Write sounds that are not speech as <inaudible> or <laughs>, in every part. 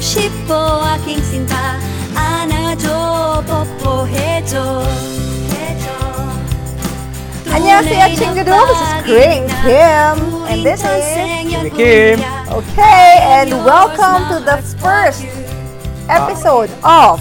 ship po aking sinta Anajo po po hejo Hejo 안녕하세요, 친구들. This is Green Kim, and this is Kimmy Kim. okay, and welcome to the first episode of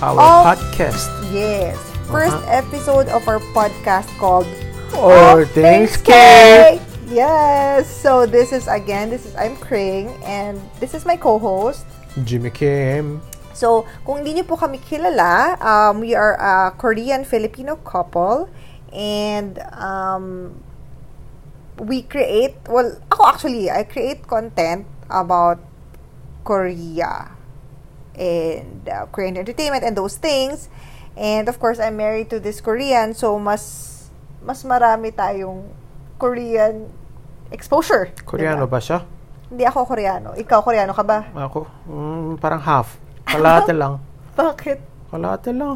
our Of- podcast yes, first episode of our podcast called or All things K. care. Yes. So this is again. This is I'm Kring, and this is my co-host. Jimmy Kim. So, kung hindi niyo po kami kilala, um, we are a Korean-Filipino couple. And um, we create, well, ako actually, I create content about Korea and uh, Korean entertainment and those things. And of course, I'm married to this Korean, so mas mas marami tayong Korean exposure. Koreano diba? ba siya? Hindi ako Koreano. Ikaw, Koreano ka ba? <laughs> Ako, mm, parang half. Kalahati lang. Bakit? Kalahati lang.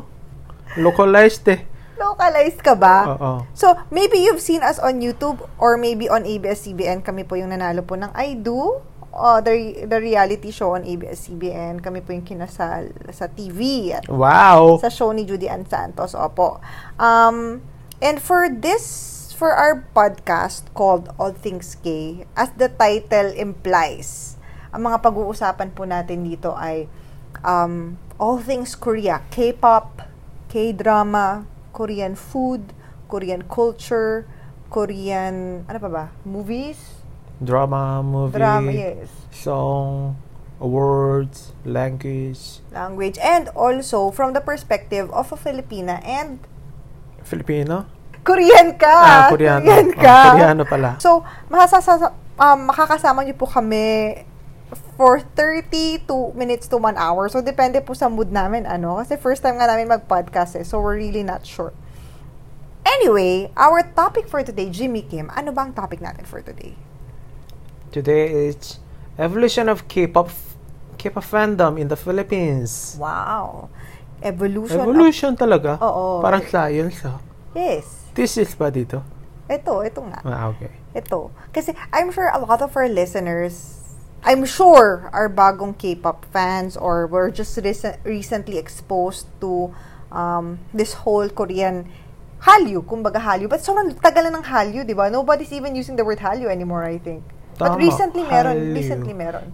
Localized eh. Localized ka ba? Oo. So, maybe you've seen us on YouTube or maybe on ABS-CBN. Kami po yung nanalo po ng I Do, uh, the, the reality show on ABS-CBN. Kami po yung kinasal sa TV at Wow! sa show ni Judy Ann Santos. Opo. Um, and for this, for our podcast called All Things Gay, as the title implies, ang mga pag-uusapan po natin dito ay um, all things Korea, K-pop, K-drama, Korean food, Korean culture, Korean, ano pa ba, movies? Drama, movie, Drama, yes. song, awards, language, Language. And also, from the perspective of a Filipina and Filipino? Korean ka! Ah, Koreano. Korean Ah, ka! Koreano pala. So, mahasasa, um, makakasama niyo po kami for 30 to minutes to 1 hour. So, depende po sa mood namin, ano. Kasi first time nga namin mag-podcast eh. So, we're really not sure. Anyway, our topic for today, Jimmy Kim, ano ba ang topic natin for today? Today is evolution of K-pop K-pop fandom in the Philippines. Wow. Evolution. of- Evolution talaga? Oo. Parang science ah. yes. Thesis ba dito? Ito, ito nga. Ah, okay. Ito. Kasi I'm sure a lot of our listeners, I'm sure are bagong K-pop fans or were just rec- recently exposed to um, this whole Korean Hallyu, kumbaga Hallyu. But sobrang tagal na ng Hallyu, di ba? Nobody's even using the word Hallyu anymore, I think. But Tama, recently meron, Hallyu. recently meron.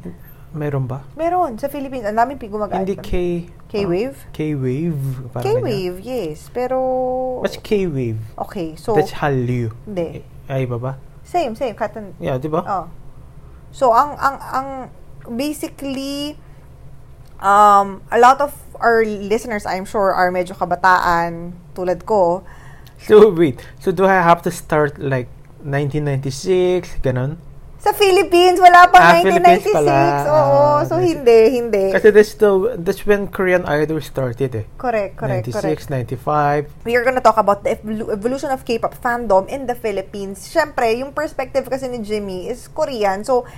Meron ba? Meron, sa Philippines, ang daming pi- gumagamit. Hindi K... K-Wave? Ah, K-Wave. parang K-Wave, yes. Pero, ganyan. Mas K-Wave. okay, so, That's Hallyu. Eh, hindi. Ay, iba ba? Same, same, katan, Yeah, di ba? Oh. So ang ang ang basically um a lot of our listeners I'm sure are medyo kabataan tulad ko. So, wait. So, do I have to start like 1996? Ganon? Sa Philippines wala Ah, pang 1996. Philippines pala. Oo, Ah, so nice. hindi, hindi. Kasi that's, the, that's when Korean Idol started eh. Eh. correct, correct, correct. 96, 95. we are gonna talk about the evolu- evolution of K-pop fandom in the Philippines. Siyempre, yung perspective kasi ni Jimmy is Korean. So,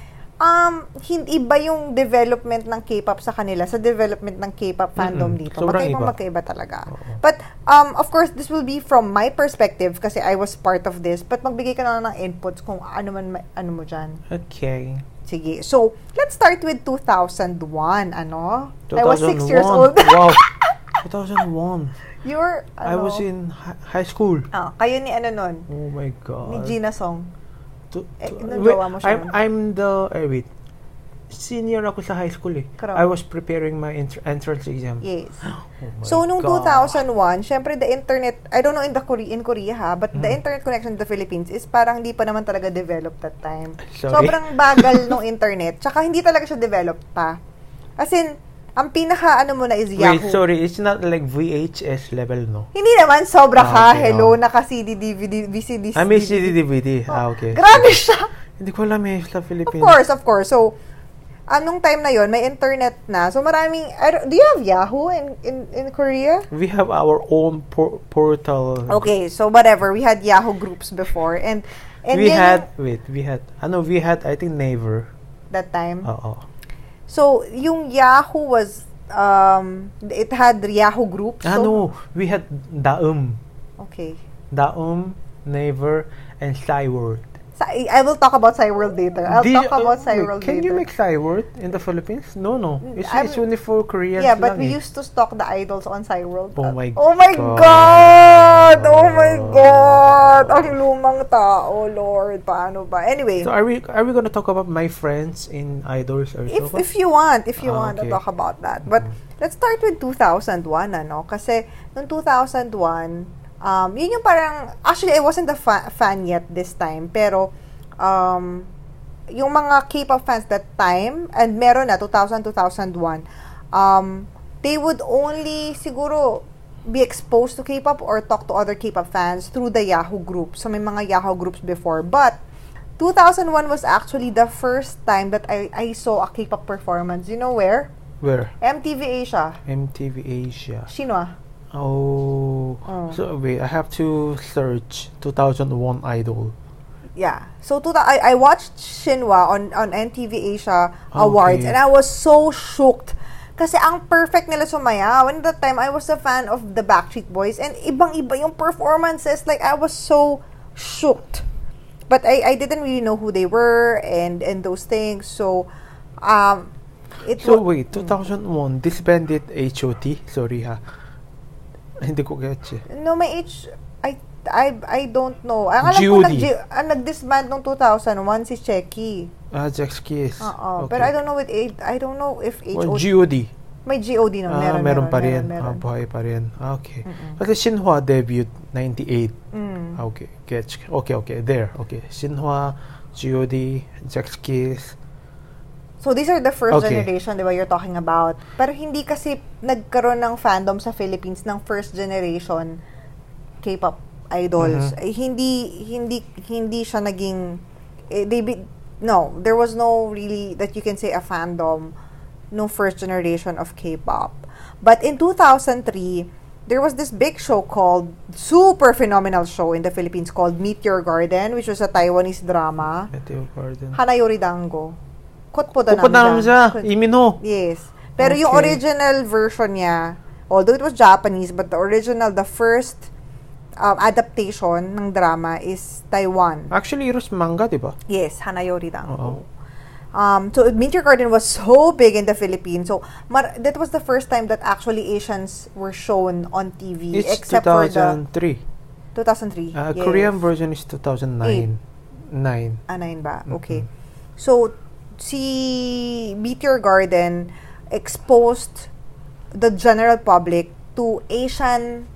um, hindi iba yung development ng K-pop sa kanila sa development ng K-pop fandom Mm-mm. dito. Sobrang Magkaibang iba. magkaiba talaga. Oo. But, um, of course, this will be from my perspective kasi I was part of this. But magbigay ka na lang ng inputs kung ano man ma- ano mo dyan. Okay. Sige. So, let's start with 2001, ano? 2001. I was six years old. wow. 2001. <laughs> you were, ano? I was in hi- high school. Ah, kayo ni ano nun? Oh my God. Ni Gina Song. To, Eh, to- nung wait, jowa mo siya I'm, nun. I'm the, eh, wait. Senior ako sa high school eh. Correct. I was preparing my entr- entrance exam. Yes. <gasps> Oh my So, nung God. 2001, syempre the internet, I don't know in the Korea, in Korea ha, but Hmm. the internet connection in the Philippines is parang hindi pa naman talaga developed that time. Sorry. <laughs> Sobrang bagal nung internet. Tsaka hindi talaga siya developed pa. As in, ang pinaka ano mo na is Wait, Yahoo. sorry. It's not like VHS level, no? Hindi naman, sobra Ah, ka. okay, Hello, oh. Ah, naka-CD, DVD, VCD. I mean, CD-DVD. Ah, okay. Grabe <laughs> siya. Hindi ko alam eh, sa Of Philippines. course, of course. So, anong time na yon may internet na. So, maraming, I don't- do you have Yahoo in, in, in Korea? We have our own por- portal. Okay, so whatever. We had Yahoo groups before and and we yan had, yung- wait, we had, ano, we had, I think, Naver. that time. Oo. So yung Yahoo was um it had Yahoo groups. Ah, so, no. We had Daum. Okay. Daum, Naver, and Cyworld. Psy- I will talk about Cyworld later. I'll Di- talk uh, about wait, Cyworld Can later. Mm, you make Thai word in the Philippines? No, no. It's, I'm- it's only for Koreans yeah, but lang we eh. used to stalk the idols on Cyworld. Oh my Oh my God! Oh my God! Ang lumang tao, Lord. Paano ba? Anyway, So are we are we gonna talk about my friends in idols or if, so? if you want, if you Ah, want okay. Mm-hmm. to talk about that. But let's start with 2001, ano? Kasi noong 2001, um, yun yung parang, actually, I wasn't a fa- fan yet this time. Pero, um, yung mga K-pop fans that time, and meron na, 2000, 2001, um, they would only, siguro, be exposed to K-pop or talk to other K-pop fans through the Yahoo group. So, may mga Yahoo groups before. But, 2001 was actually the first time that I, I saw a K-pop performance. You know where? Where? MTV Asia. ah? MTV Asia. Shinwa. Oh. Oh. So wait, I have to search 2001 idol. Yeah. So to the, I, I watched Shinwa on, on MTV Asia Awards Okay. and I was so shocked. Kasi ang perfect nila sumayaw. And at that time, I was a fan of the Backstreet Boys and ibang-iba yung performances. Like, I was so shocked. But I, I didn't really know who they were and, and those things. So, um, it So wa- wait, 2001 disbanded HOT. Sorry ha. <laughs> Hindi ko gets eh. No, may H... I, I, I don't know. Ang alam ko, Judy. nag, ang nag-disband nung 2001 si Checky. Ah, Jax Kiss. Oh, Oo. Pero I don't know with H, I don't know if Well, HOD... GOD. may GOD na. Ah, Meron, meron, pa rin. Ah, meron, meron. buhay pa rin. Ah, okay. Kasi Shinhwa debuted 98. Hmm. Ah, Okay, gets. Okay, okay. There. Okay. Shinhwa, GOD, Jax Kiss. So these are the first Okay. generation, di ba, you're talking about. Pero hindi kasi nagkaroon ng fandom sa Philippines ng first generation K-pop idols. Eh, hindi hindi hindi siya naging eh, they be- no, there was no really that you can say a fandom no first generation of K-pop. But in 2003, there was this big show called super phenomenal show in the Philippines called Meteor Garden, which was a Taiwanese drama. Mateo Garden. Hanayori Dango. Kotpoda Upo na naman siya. Kut- Imino. Yes. Pero yung Okay. original version niya, although it was Japanese, but the original, the first um, adaptation ng drama is Taiwan. Actually, it was manga, di ba? Oh. Yes, Hanayori Oo. Dango. Um, so, Meteor Garden was so big in the Philippines. So, mar- that was the first time that actually Asians were shown on TV. It's except for 2003. the... 2003. Ah, yes. Korean version is 2009. Eight. 9. Ah, nine ba? Okay. So, si Meteor Garden exposed the general public to Asian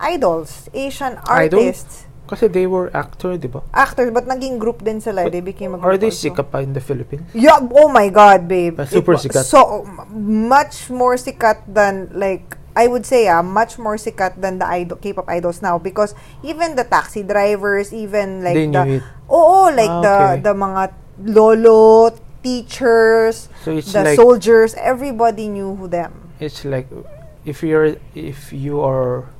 idols, Asian Idol? artists, Kasi they were actor, di ba? actors, but naging group din sila. They became a group Are they also. sikat pa in the Philippines? Yeah, oh my God, babe. But super It- sikat. So, m- much more sikat than, like, I would say, ah, much more sikat than the idol, K-pop idols now because even the taxi drivers, even like They the... knew it. Oo, like Ah, okay. the, the mga lolo, teachers, So it's the like soldiers, everybody knew who them. it's like if you're if you are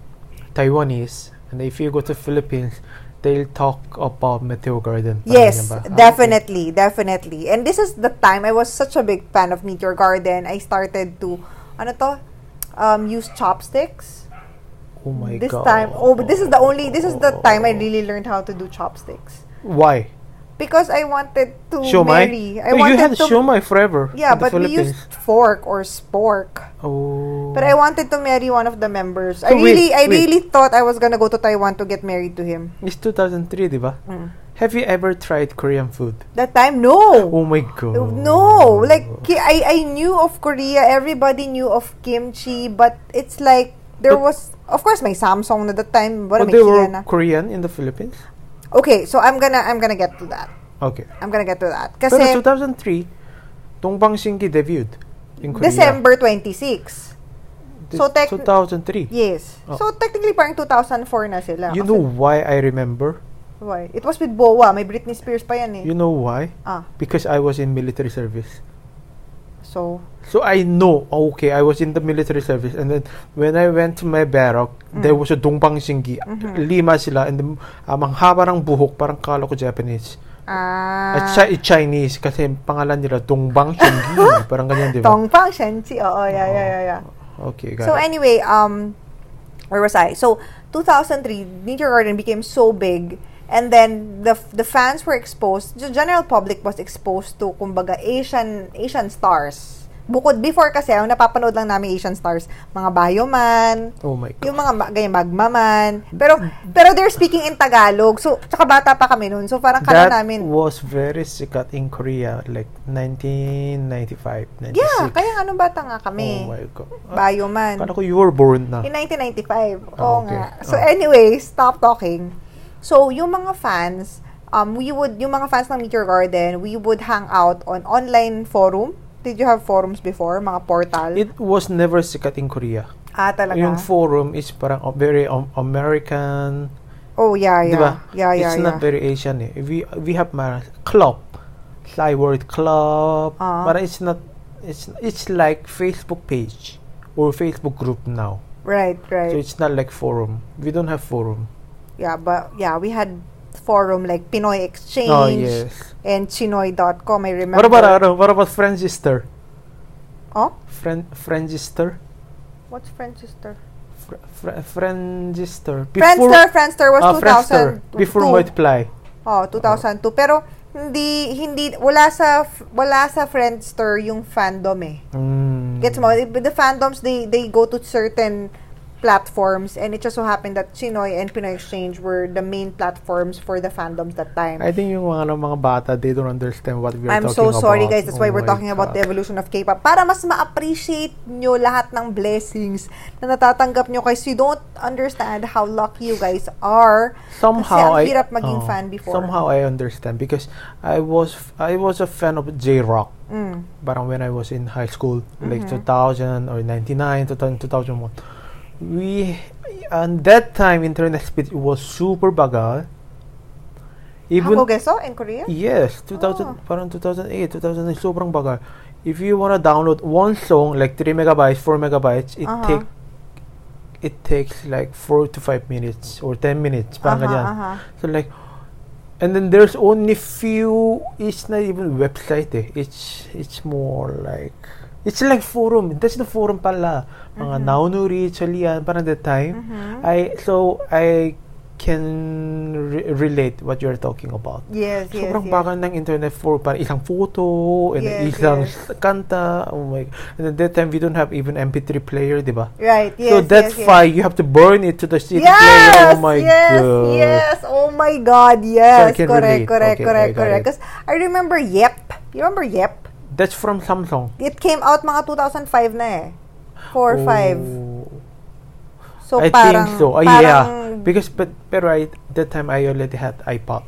Taiwanese and if you go to Philippines, they'll talk about Meteor Garden. Parang Yes, yan ba? Ah, definitely, definitely. And this is the time I was such a big fan of Meteor Garden. I started to, ano to, um, use chopsticks. Oh my this god. time, oh, but this is the only, this is the time I really learned how to do chopsticks. Why? Because I wanted to Shomai? marry. I Oh, you wanted to, had shomai forever. Yeah, in the but we Philippines. used fork or spork. Oh. But I wanted to marry one of the members. I So wait, really, I wait. really thought I was gonna go to Taiwan to get married to him. It's 2003, di ba? Mm. Have you ever tried Korean food? That time, no, Oh my god. no. Like ki- I, I knew of Korea. Everybody knew of kimchi, but it's like there But- was, of course, my Samsung at the time. What am But Oh, they were I Korean in the Philippines? Okay, so I'm gonna, I'm gonna get to that. Okay. I'm gonna get to that. Pero Kasi 2003, Dongbang Shingi debuted in Korea. December 26. Th- so tec- 2003. Yes. Oh. So technically parang 2004 na sila. You Kasi- know why I remember? Why? It was with Boa. May Britney Spears pa yan eh. You know why? Ah, Because I was in military service. so So I know, oh, okay, I was in the military service and then when I went to my barrack, Mm. there was a Dongbang Shingi. Mm-hmm. Lima sila and then, um, ang haba ng buhok, parang kala ko Japanese. Ah, At Chi- Chinese kasi yung pangalan nila <laughs> Dongbang Shingi. parang ganyan, di ba? Tong Pang Shenzi. Oo, yeah, yeah, yeah, yeah. Okay, got So it. anyway, um, where was I? So 2003, Meteor Garden became so big And then the the fans were exposed, the general public was exposed to kumbaga Asian Asian stars. Bukod before kasi ang napapanood lang namin Asian stars, mga Bayoman, Oh my God. yung mga ma- ganyan magmaman. Pero pero they're speaking in Tagalog. So tsaka bata pa kami noon. So parang kala That namin was very sikat in Korea, like 1995, 96. Yeah, kaya nga nung bata nga Oh kami. my God. Ah, Bayoman. Kala ko you were born na. In 1995. Ah, Oo okay. nga. So Ah. anyway, stop talking. So yung mga fans, um, we would, yung mga fans ng Meteor Garden, we would hang out on online forum. Did you have forums before? Mga portal? It was never sikat in Korea. ah, talaga? Yung forum is parang oh, very um, American, oh, yeah, yeah. di ba? Yeah, yeah, Diba? It's yeah. not very Asian eh. We we have mga club, Thai word club, Ah. but it's not it's it's like Facebook page or Facebook group now. right, So right. it's not like forum. We don't have forum. yeah, but, yeah, we had forum like Pinoy Exchange Oh yes. and Chinoy.com, I remember. What about ano, what about friend sister? Oh? Friend friend sister? What's Friendster? Fr- fr- friendster. Friendster, Friendster was ah, 2000. Friendster. Before multiply. Oh, 2002. Pero hindi hindi wala sa wala sa Friendster yung fandom eh. Mm. Gets mo? The the fandoms they they go to certain platforms and it just so happened that Chinoy and Pinoy Exchange were the main platforms for the fandoms that time. I think yung mga, ano, mga bata, they don't understand what we're I'm talking so about. sorry guys. That's why Oh we're my talking about the God. evolution of K-pop. Para mas ma-appreciate nyo lahat ng blessings na natatanggap nyo kasi you don't understand how lucky you guys are. Somehow, kasi I, ang hirap maging oh, fan before. Somehow, I understand because I was I was a fan of J-Rock Mm. Mm-hmm. parang when I was in high school, like 2000 or 99, 2000, 2001. We, and that time, internet speed was super bagal. Even, Ako geso in Korea? Yes, 2000, Oh. parang 2008, 2009, sobrang bagal. If you wanna download one song, like 3 megabytes, 4 megabytes, it Aha. take it takes like 4 to 5 minutes or 10 minutes, parang Aha, ganyan. aha. So like, and then there's only few, it's not even website eh. It's, it's more like, it's like forum. That's the forum pala. Mga Mm-hmm. Naonuri, Cholian, parang that time. I, so I can re- relate what you're talking about. Yes, yes, Sobrang yes. bagal ng internet for parang isang photo, and then Yes, isang yes. <laughs> kanta. Oh my. And at that time, we don't have even MP3 player, di ba? Right, yes, so yes, that's yes. why you have to burn it to the CD Yes, player. Oh my yes, god. yes. Oh my god, yes. can correct, relate. correct, Okay, correct, I got correct. it. Because I remember Yep. You remember Yep? That's from Samsung. It came out mga 2005 na eh. 4 or 5. Oh. So I parang, think so. Ah, parang, yeah. Because but pero I, that time I already had iPod.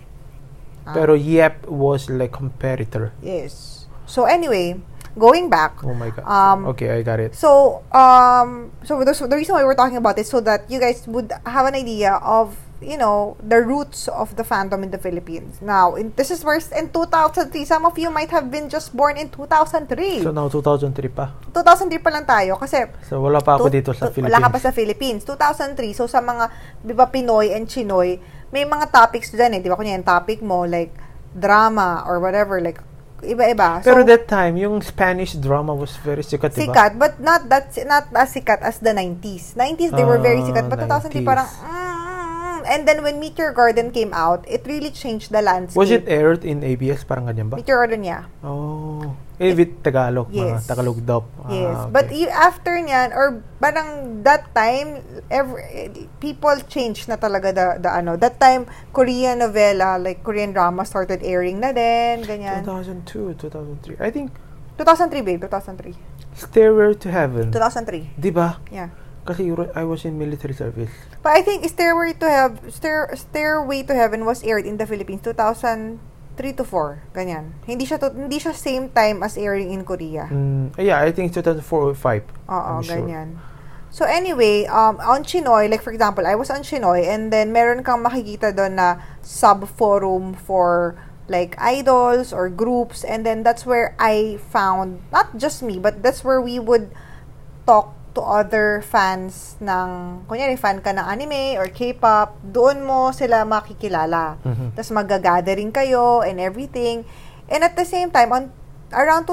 Ah. Pero Yep was like competitor. yes. So anyway, going back. Oh my god. Um, okay, I got it. So, um, so the, so the reason why we're talking about this so that you guys would have an idea of, you know, the roots of the fandom in the Philippines. Now, in, this is worse in 2003. Some of you might have been just born in 2003. So now 2003 pa. 2003 pa lang tayo kasi So wala pa ako tu- dito sa tu- Philippines. Wala ka pa sa Philippines. 2003, so sa mga, di ba, Pinoy and Chinoy, may mga topics dyan eh. Di ba, kunya yung topic mo, like, drama or whatever, like, iba-iba. Pero so, that time, yung Spanish drama was very sikat, diba? sikat, but not that not as sikat as the 90s. 90s, they were very Ah, sikat, but 2003 parang, 90s. mm, and then when Meet Your Garden came out, it really changed the landscape. Was it eh? aired in ABS? Parang ganyan ba? Meet Your Garden, yeah. Oh. Eh, with Tagalog. Mga Yes. Tagalog dub. Ah, Yes, okay. but y- after niyan or parang that time every people changed na talaga the, the ano. That time Korean novela like Korean drama started airing na din, ganyan. 2002, 2003. I think 2003 babe, 2003. Stairway to Heaven. 2003. Diba? Yeah. Kasi you were- I was in military service. But I think Stairway to Heaven Stair, Stairway to Heaven was aired in the Philippines 2003 to 4, ganyan. Hindi siya to, hindi siya same time as airing in Korea. Mm, yeah, I think 2004 or 5. Oo, I'm sure. ganyan. So anyway, um, on Chinoy, like for example, I was on Chinoy and then meron kang makikita doon na sub-forum for like idols or groups and then that's where I found, not just me, but that's where we would talk to other fans ng, kunyari fan ka ng anime or K-pop, doon mo sila makikilala. Mhm. Tapos magagathering kayo and everything. And at the same time, on around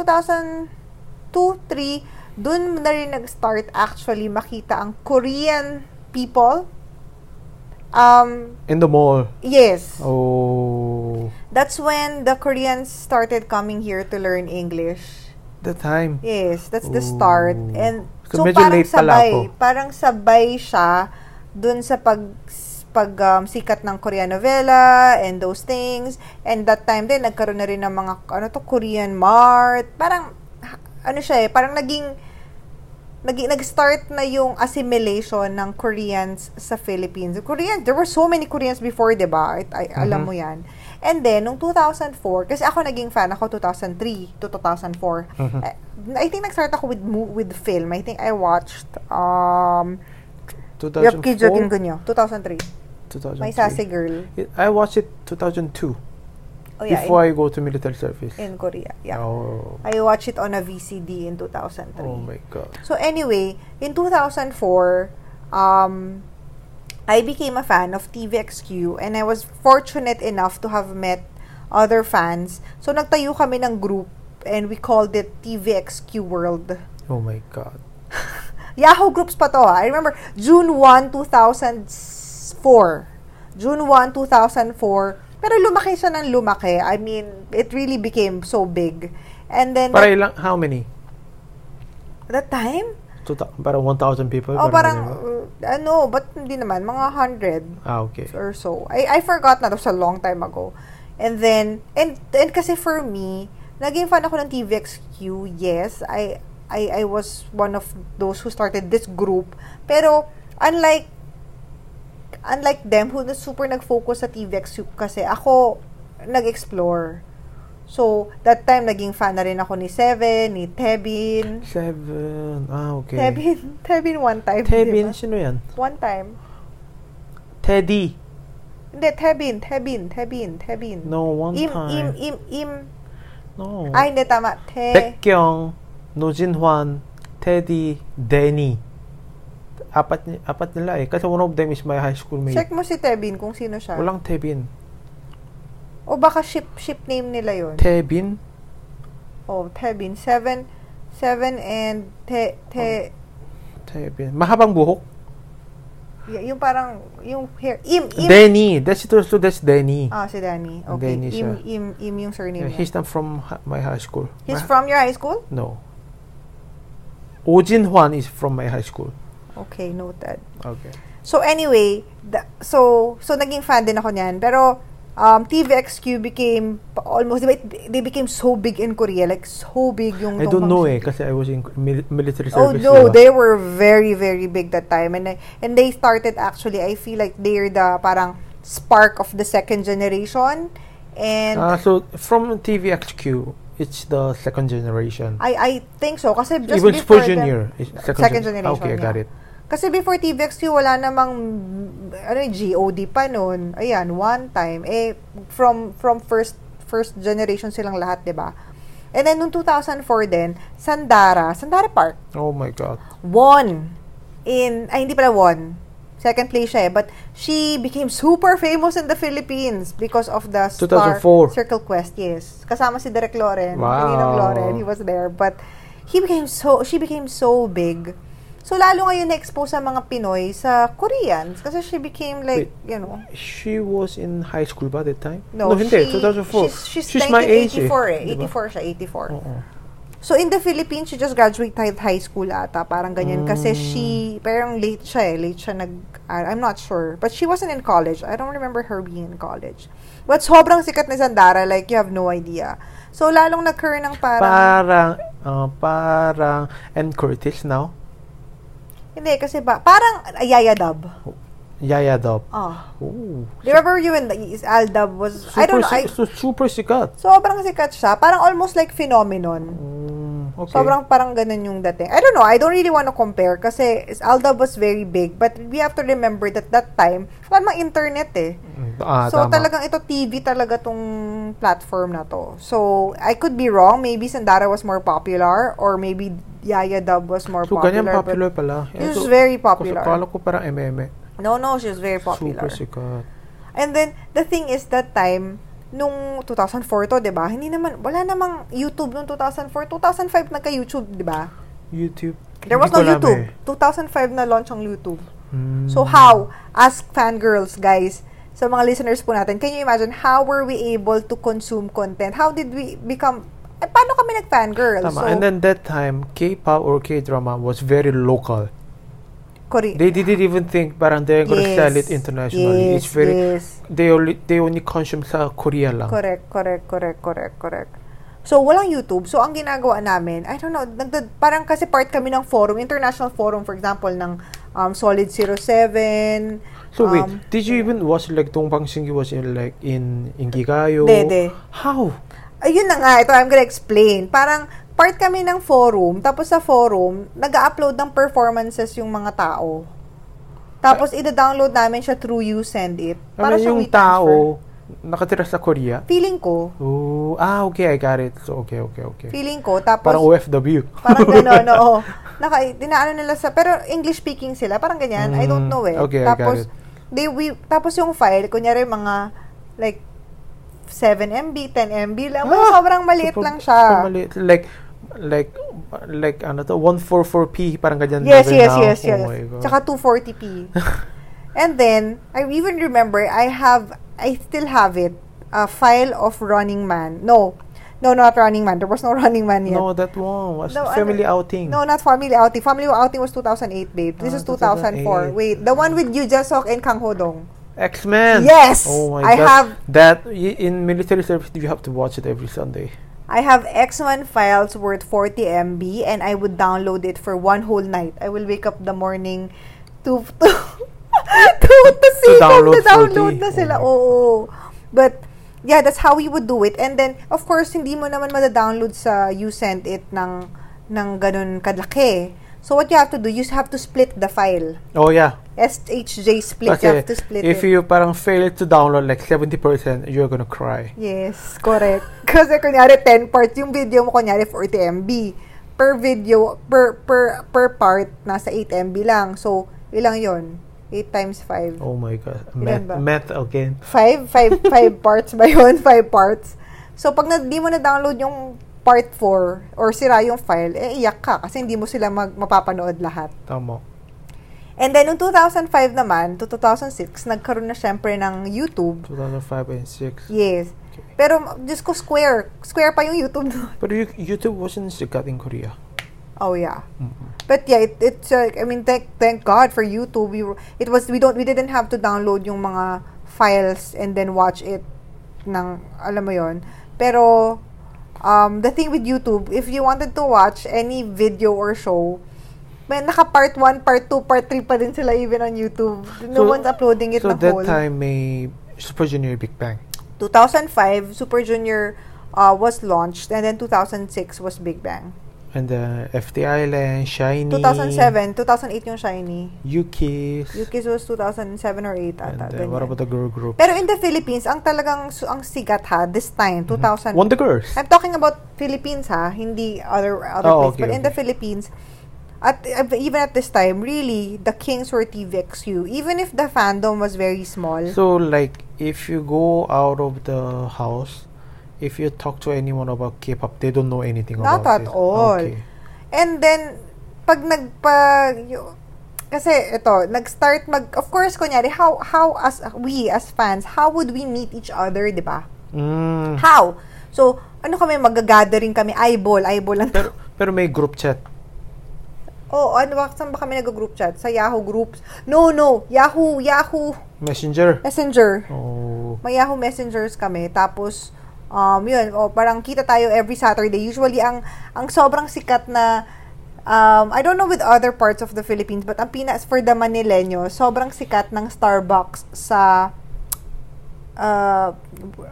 2002, 3, dun na rin nag-start actually makita ang Korean people Um, In the mall. yes. Oh. That's when the Koreans started coming here to learn English. The time. Yes, that's the start. Ooh. And so, So, medyo parang late pala sabay, ako. parang sabay siya dun sa pag pag um, sikat ng Korean novela and those things. And that time din nagkaroon na rin ng mga ano to Korean Mart. Parang ha- ano siya eh, parang naging naging nag-start na yung assimilation ng Koreans sa Philippines. Koreans, there were so many Koreans before, 'di ba? It- I- Alam Mhm. mo 'yan. And then nung 2004, kasi ako naging fan ako 2003 to 2004. Mhm. I, Eh, I think nag-start ako with mo- with film. I think I watched um Yopki Jokin 2004? Gunyo, 2003. May 2003. Sassy Girl. I watched it 2002 Oh yeah, before in, I go to military service. in Korea. Yeah. Oh. I watched it on a VCD in 2003. Oh my god. So anyway, in 2004, um, I became a fan of TVXQ and I was fortunate enough to have met other fans. So nagtayo kami ng group and we called it TVXQ World. Oh my god. Yahoo groups pa to ha. I remember June 1, 2004. June 1, 2004. Pero lumaki siya ng lumaki. I mean, it really became so big. And then, Para ilang, how many? that time, Tuta, para 1,000 people? oh parang, ganun. uh, ano, but hindi naman, mga 100. Ah, okay. or so. I, I forgot na. That was a long time ago. And then, and, and kasi for me, naging fan ako ng TVXQ. Yes, I, I, I was one of those who started this group. Pero, unlike, unlike them who na super nag-focus sa TVXQ kasi ako, nag-explore. So, that time, naging fan na rin ako ni Seven, ni Tebin. Seven. Ah, okay. Tebin, <laughs> Tebin one time. Tebin, di ba? sino yan? One time. Teddy. Hindi, Tebin, Tebin, Tebin, Tebin. No, one Im, im, time. im, im. No. Ay, hindi, tama. Te. Baekhyung, No Jinhwan, Teddy, Denny. Apat, ni- apat nila eh. Kasi one of them is my high school mate. Check mo si Tebin kung sino siya. Walang Tebin. O baka ship, ship name nila yon. Tebin? oh, Tebin. Seven, seven and te, te, Tebin. Mahabang buhok? Oh. y- yung parang, yung hair. Im, im. Denny. That's it also, that's Denny. ah, si Danny. Okay. im, Danny siya. im, im yung surname Yeah, niya. He's, he's not from hi- my high school. my, from your high school? No. Oh Jinhwan is from my high school. Okay, noted. Okay. So anyway, the, so so naging fan din ako niyan. Pero um, TVXQ became pa- almost diba, it- they became so big in Korea, like so big yung I tong mga don't know si- eh, kasi I was in mil- military Oh service. no, diba? they were very very big that time and I- and they started actually I feel like they're the parang spark of the second generation and Ah, so, from TVXQ, it's the second generation. I I think so kasi just Even before Spur them- Junior. is Second, second gen- Ah, generation, Okay, I got yeah. it. Kasi before TVXQ, wala namang ano, yung GOD pa noon. Ayan, one time. Eh, from, from first first generation silang lahat, di ba? And then, noong 2004 din, Sandara, Sandara Park, Oh my god. won in, ay hindi pala won, second place siya eh, but she became super famous in the Philippines because of the Star 2004. Circle Quest, yes. Kasama si Derek Loren, Wow. Ninong Loren, he was there, but he became so, she became so big. So, lalo ngayon na-expose sa mga Pinoy sa Koreans kasi she became like, you know, She was in high school by that time? no, hindi, she- 2004. She's, she's, my age eh. 1984 eh. Diba? 84 siya, 84. Oo. So in the Philippines, she just graduated high school ata, parang ganyan. Kasi Mm. she, parang late siya eh, late siya nag, ah, I'm not sure. But she wasn't in college. I don't remember her being in college. But sobrang sikat ni Sandara, like you have no idea. So lalong nagkaroon ng parang, Parang, ah, parang, and Curtis now, hindi kasi ba, parang ah, yayadab. Yaya Dab. Oh. Oh, Remember you when the- is Aldab was, super, I don't know, I, si- su- super sikat. sobrang sikat siya. Parang almost like phenomenon. Mm, okay. Sobrang parang ganun yung dating. I don't know, I don't really want to compare kasi Alda was very big but we have to remember that that time, wala namang internet eh. Mm, ah, so tama. talagang ito TV talaga tong platform na to. So I could be wrong, maybe Sandara was more popular or maybe Yaya Dub was more So, popular. ganyan popular pala. but She was very popular. Kala ko parang MMA. No, no, she was very popular. Super sikat. And then, the thing is, that time, nung 2004 to, di ba? Hindi naman, wala namang YouTube nung 2004. 2005 nagka-YouTube, di ba? YouTube. There was no Hindi ko alam YouTube. eh. 2005 na launch ang YouTube. Mm. So how? Ask fangirls, guys. Sa mga listeners po natin, can you imagine how were we able to consume content? How did we become eh, paano kami nag-fangirl? Tama. So, and then that time, K-pop or K-drama was very local. Korea. They didn't even think parang they're gonna Yes. sell it internationally. Yes, it's very yes. they only they only consume sa Korea lang. Correct, correct, correct, correct, correct. So, walang YouTube. So, ang ginagawa namin, I don't know, nagda- parang kasi part kami ng forum, international forum, for example, ng um, Solid 07. So wait, um, did you even watch like Dong Bang was in like in Inkigayo? Dede. How? Ayun na nga, ito I'm gonna explain. Parang part kami ng forum, tapos sa forum, nag upload ng performances yung mga tao. Tapos, ida-download namin siya through you send it. Para siyang Ano yung we transfer. tao nakatira sa Korea. Feeling ko. Oh, ah okay, I got it. So okay, okay, okay. Feeling ko. Tapos, Parang OFW. <laughs> Parang gano'n, oo. Naka, dinaano nila sa, pero English speaking sila, parang ganyan. I don't Mm, know eh. okay, I got tapos, it. they, we, tapos yung file, kunyari mga, like, 7 MB, 10 MB lang. Pero Ah! sobrang maliit Super- lang siya. super maliit. Like, like, like, ano to, 144p, parang ganyan. Yes, level yes, now. yes, Oh yes. my God. Tsaka <laughs> 240p. And then, I even remember, I have, I still have it, a file of Running Man. No, no, not Running Man. There was no <laughs> Running Man yet. No, that one was No, ano- family outing. No, not family outing. Family outing was 2008, babe. This Ah, is 2004. 2008. Wait, the one with Yu Jasok and Kang Hodong. X-Men. Yes! Oh my I God. have- that y- in military service. You have to watch it every Sunday. I have X1 files worth 40 MB and I would download it for one whole night. I will wake up the morning to <laughs> to to, to see kung download na download 40. na sila. Oh my Oo. But yeah, that's how we would do it. And then of course, hindi mo naman ma-download sa you sent it ng ng ganun kalaki. So what you have to do, you have to split the file. Oh yeah. SHJ split, you Kasi have to split if it. you parang fail to download like 70%, you're gonna cry. Yes, correct. <laughs> Kasi kunyari 10 parts yung video mo kunyari 40 MB. Per video per per per part nasa 8 MB lang. So, ilang 'yon? 8 times 5. 5 Oh my God. Ilan Math, ba? math again. <laughs> 5 5 parts ba 'yon? <laughs> 5 parts. So, pag hindi mo na-download yung part 4 or sira yung file, eh iyak ka kasi hindi mo sila mag, mapapanood lahat. Tama. And then, noong 2005 naman to 2006, nagkaroon na syempre ng YouTube 2005 and 6. Yes. Pero, just ko, square. Square pa yung YouTube <laughs> nun. But you, YouTube wasn't sikat in Korea. Oh, yeah. But yeah, it, it's, uh, I mean, thank, thank God for YouTube. We were, it was, we don't, we didn't have to download yung mga files and then watch it ng, alam mo yon Pero, um, the thing with YouTube, if you wanted to watch any video or show, may naka part 1, part 2, part 3 pa din sila even on YouTube. No So- one's uploading it so ng that whole. time may Super Junior Big Bang. 2005, Super Junior uh, was launched, and then 2006 was Big Bang. And the FT Island, Shiny. 2007, 2008 yung Shiny. Yuki's. Yuki's was 2007 or 8 And ata. uh, what ganyan. about the girl group? Pero in the Philippines, ang talagang su- ang sikat ha, this time, 2000. Mm-hmm. Wonder Girls. I'm talking about Philippines ha, hindi other other place. Oh, okay, but in okay. the Philippines, at uh, even at this time, really, the kings were TVXU. Even if the fandom was very small. So like if you go out of the house, if you talk to anyone about K-pop, they don't know anything Not at about it. all. Okay. And then, pag nagpa... y- kasi ito, nag-start mag... Of course, kunyari, how, how as we, as fans, how would we meet each other, di ba? Mm. How? So, ano kami, mag-gathering kami, eyeball, eyeball lang. <laughs> Pero pero may group chat. Oo, oh, ano ba, saan ba kami nag-group chat? Sa Yahoo groups? No, no, Yahoo, Yahoo Messenger. Messenger. Oh. May Yahoo Messengers kami, tapos, um, yun, oh, parang kita tayo every Saturday. Usually, ang, ang sobrang sikat na, um, I don't know with other parts of the Philippines, but ang pinas for the Manileño, sobrang sikat ng Starbucks sa, uh,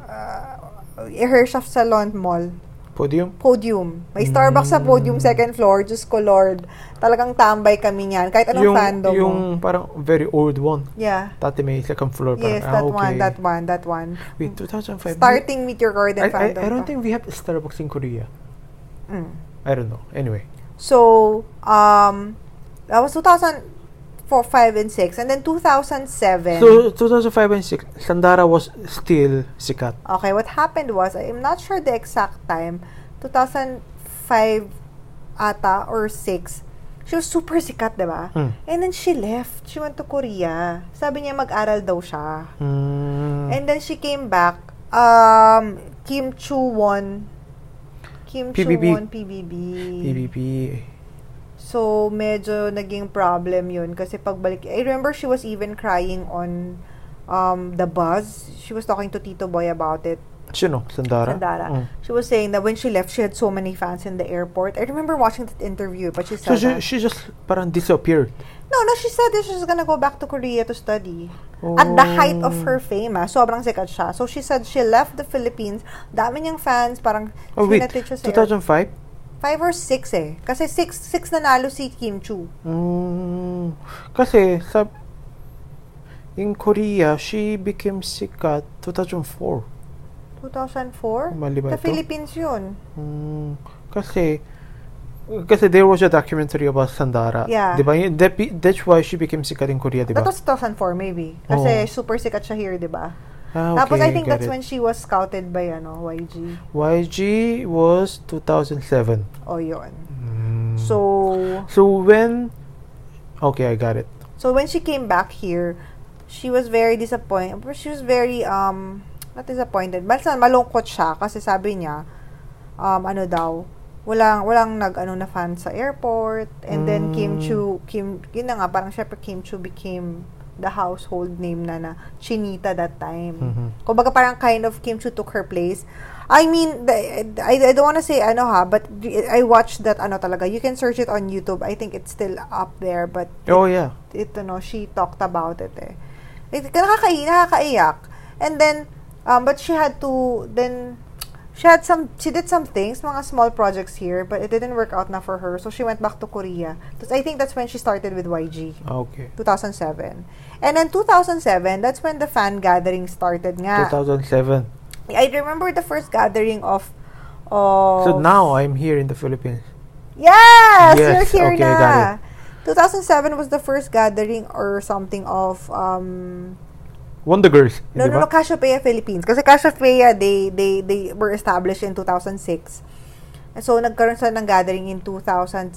uh, Hershoff Salon Mall. Podium. Podium. May Starbucks sa podium, Hmm. second floor. Diyos ko, Lord. Talagang tambay kami niyan. Kahit anong yung fandom yung mo. parang very old one. Yeah. Dati may second floor parang. Yes, ah, that one, okay. that one, that one. Wait, 2005. Starting with your garden I, I, fandom. I don't pa. think we have Starbucks in Korea. Mm. I don't know. Anyway. So, um, that was 2004, 5, and 6. And then 2007. So 2005 and 6, Sandara was still sikat. okay, what happened was, I'm not sure the exact time, 2005 ata or 6, She was super sikat, di ba? Hmm. And then she left. She went to Korea. Sabi niya mag-aral daw siya. Mm, And then she came back. Um, Kim Chu Won. Kim Chu PBB. Won PBB. PBB. So, medyo naging problem yun. Kasi pagbalik, I remember she was even crying on um, the bus. She was talking to Tito Boy about it. Sino? Sandara? Sandara. Mm. She was saying that when she left, she had so many fans in the airport. I remember watching that interview, but she So said she, that- she just parang disappeared. No, no, she said that she's gonna go back to Korea to study. At the height of her Oh. fame, ah, sobrang sikat siya. So she said she left the Philippines. Dami niyang fans, parang Oh wait, sinatweet siya sa air- 2005? Five or six eh. Kasi six, six nanalo si Kim Chu. Mm, kasi sa in Korea, she became sikat 2004. 2004? Mali ba Sa ito? Philippines yun. Mm, kasi kasi there was a documentary about Sandara. Yeah. Di ba? Yun- that be- that's why she became sikat in Korea, di ba? That was 2004 maybe. Kasi Oo. super sikat siya here, di ba? Ah, Tapos I think got that's it. when she was scouted by ano, YG. YG was 2007. O yun. Mm. So, So when Okay, I got it. So when she came back here, she was very disappointed. She was very um not disappointed. Balsa malungkot siya kasi sabi niya um ano daw walang walang nag ano na fan sa airport and then Kim Mm. Chu Kim yun na nga parang syempre Kim Chu became the household name na na Chinita that time. Mhm. Kumbaga parang kind of Kim Chu took her place. I mean, the- I, I don't want to say ano ha, but I watched that ano talaga. You can search it on YouTube. I think it's still up there, but Oh yeah. it, ano, she talked about it eh. It, nakakai- nakakaiyak. And then, um, but she had to, then, she had some, she did some things, mga small projects here, but it didn't work out na for her. So, she went back to Korea. Tapos, I think that's when she started with YG. Ah, Okay. 2007. And then 2007, that's when the fan gathering started nga. 2007. I remember the first gathering of, of So now I'm here in the Philippines. Yes, Yes, you're here okay, na. got it. 2007 was the first gathering or something of um Wonder Girls. no di no no ba? Cassiopeia Philippines kasi Cassiopeia ah, they they they were established in 2006. So nagkaroon sila ng gathering in 2007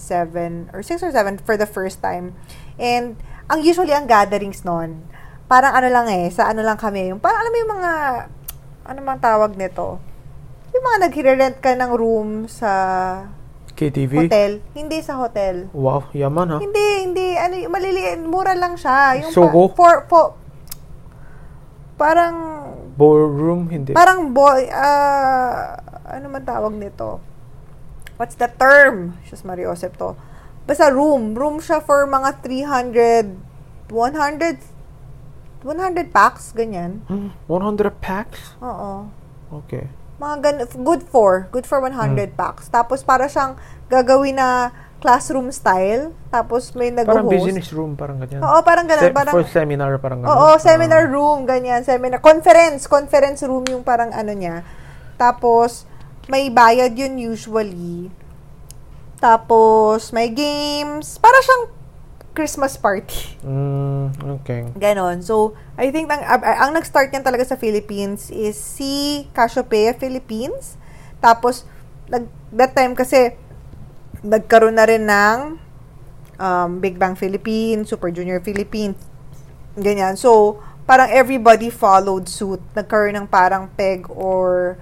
or 6 or 7 for the first time. And ang usually ang gatherings noon parang ano lang eh sa ano lang kami yung parang alam mo yung mga ano mang tawag nito yung mga nagre-rent ka ng room sa KTV. hotel hindi sa hotel Wow, yaman ha. Hindi, hindi. Ano, yung maliliit. Mura lang siya. Yung Pa, Sogo? for, for, parang, Ballroom, hindi. parang boy, ah, ano man tawag nito? What's the term? Siyas Mariosep to. Basta room. Room siya for mga 300, 100, 100 packs, ganyan. Hmm, 100 packs? Oo. Okay. Mga gan- good for, good for Hmm. 100 packs. Tapos para siyang gagawin na classroom style. Tapos may nag-host. Parang business room, parang ganyan. Oo, parang ganun. Se- parang, for seminar, parang ganun. Oo, Ah. seminar room, ganyan. Seminar, conference, conference room yung parang ano niya. Tapos, may bayad yun usually. Tapos, may games. Para siyang Christmas party. Mm, okay. Ganon. So, I think ang, ang, ang nag-start niyan talaga sa Philippines is si Cassiopeia Philippines. Tapos, nag, that time kasi, nagkaroon na rin ng um, Big Bang Philippines, Super Junior Philippines, ganyan. So, parang everybody followed suit. Nagkaroon ng parang peg or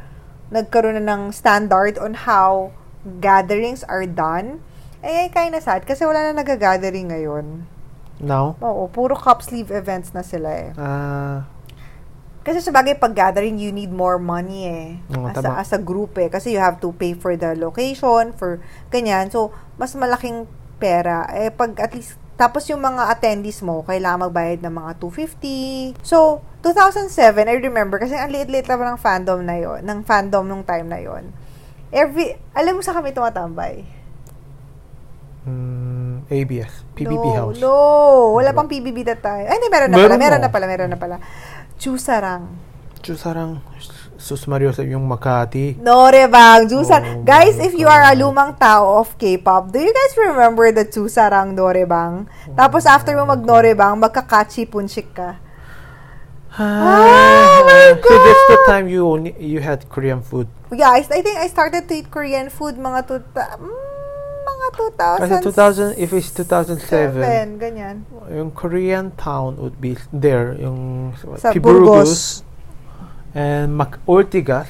nagkaroon na ng standard on how gatherings are done. Eh, kinda sad kasi wala na nagagathering ngayon. Now? Oo, puro cup sleeve events na sila eh. Ah, Kasi sa bagay, pag gathering, you need more money eh. Oo, as, a, tama. as a group eh. Kasi you have to pay for the location, for ganyan. So, mas malaking pera. Eh, pag at least, tapos yung mga attendees mo, kailangan magbayad ng mga 250. So, 2007, I remember, kasi ang liit-liit lang ng fandom na yon ng fandom nung time na yon Every, alam mo sa kami tumatambay? mm, ABS. PBB no, House. No, wala pang PBB that time. Ay, hindi, meron na Meron pala, meron mo. na pala, meron na pala. Chusarang. Chusarang Sus Mario sa yung Makati. Nore bang, Jusarang. Oh guys, my if you are a God. lumang tao of K-pop, do you guys remember the Jusarang Norebang? Tapos after mo mag Norebang, magkakachi punchik ka. Ah, my So that's the time you only, you had Korean food. Yeah, I, I think I started to eat Korean food mga tuta, mm, mga mga Kasi 2000 2000, if it's 2007, ganyan. yung Korean town would be there, yung Sa Burgos and Mac Ortigas,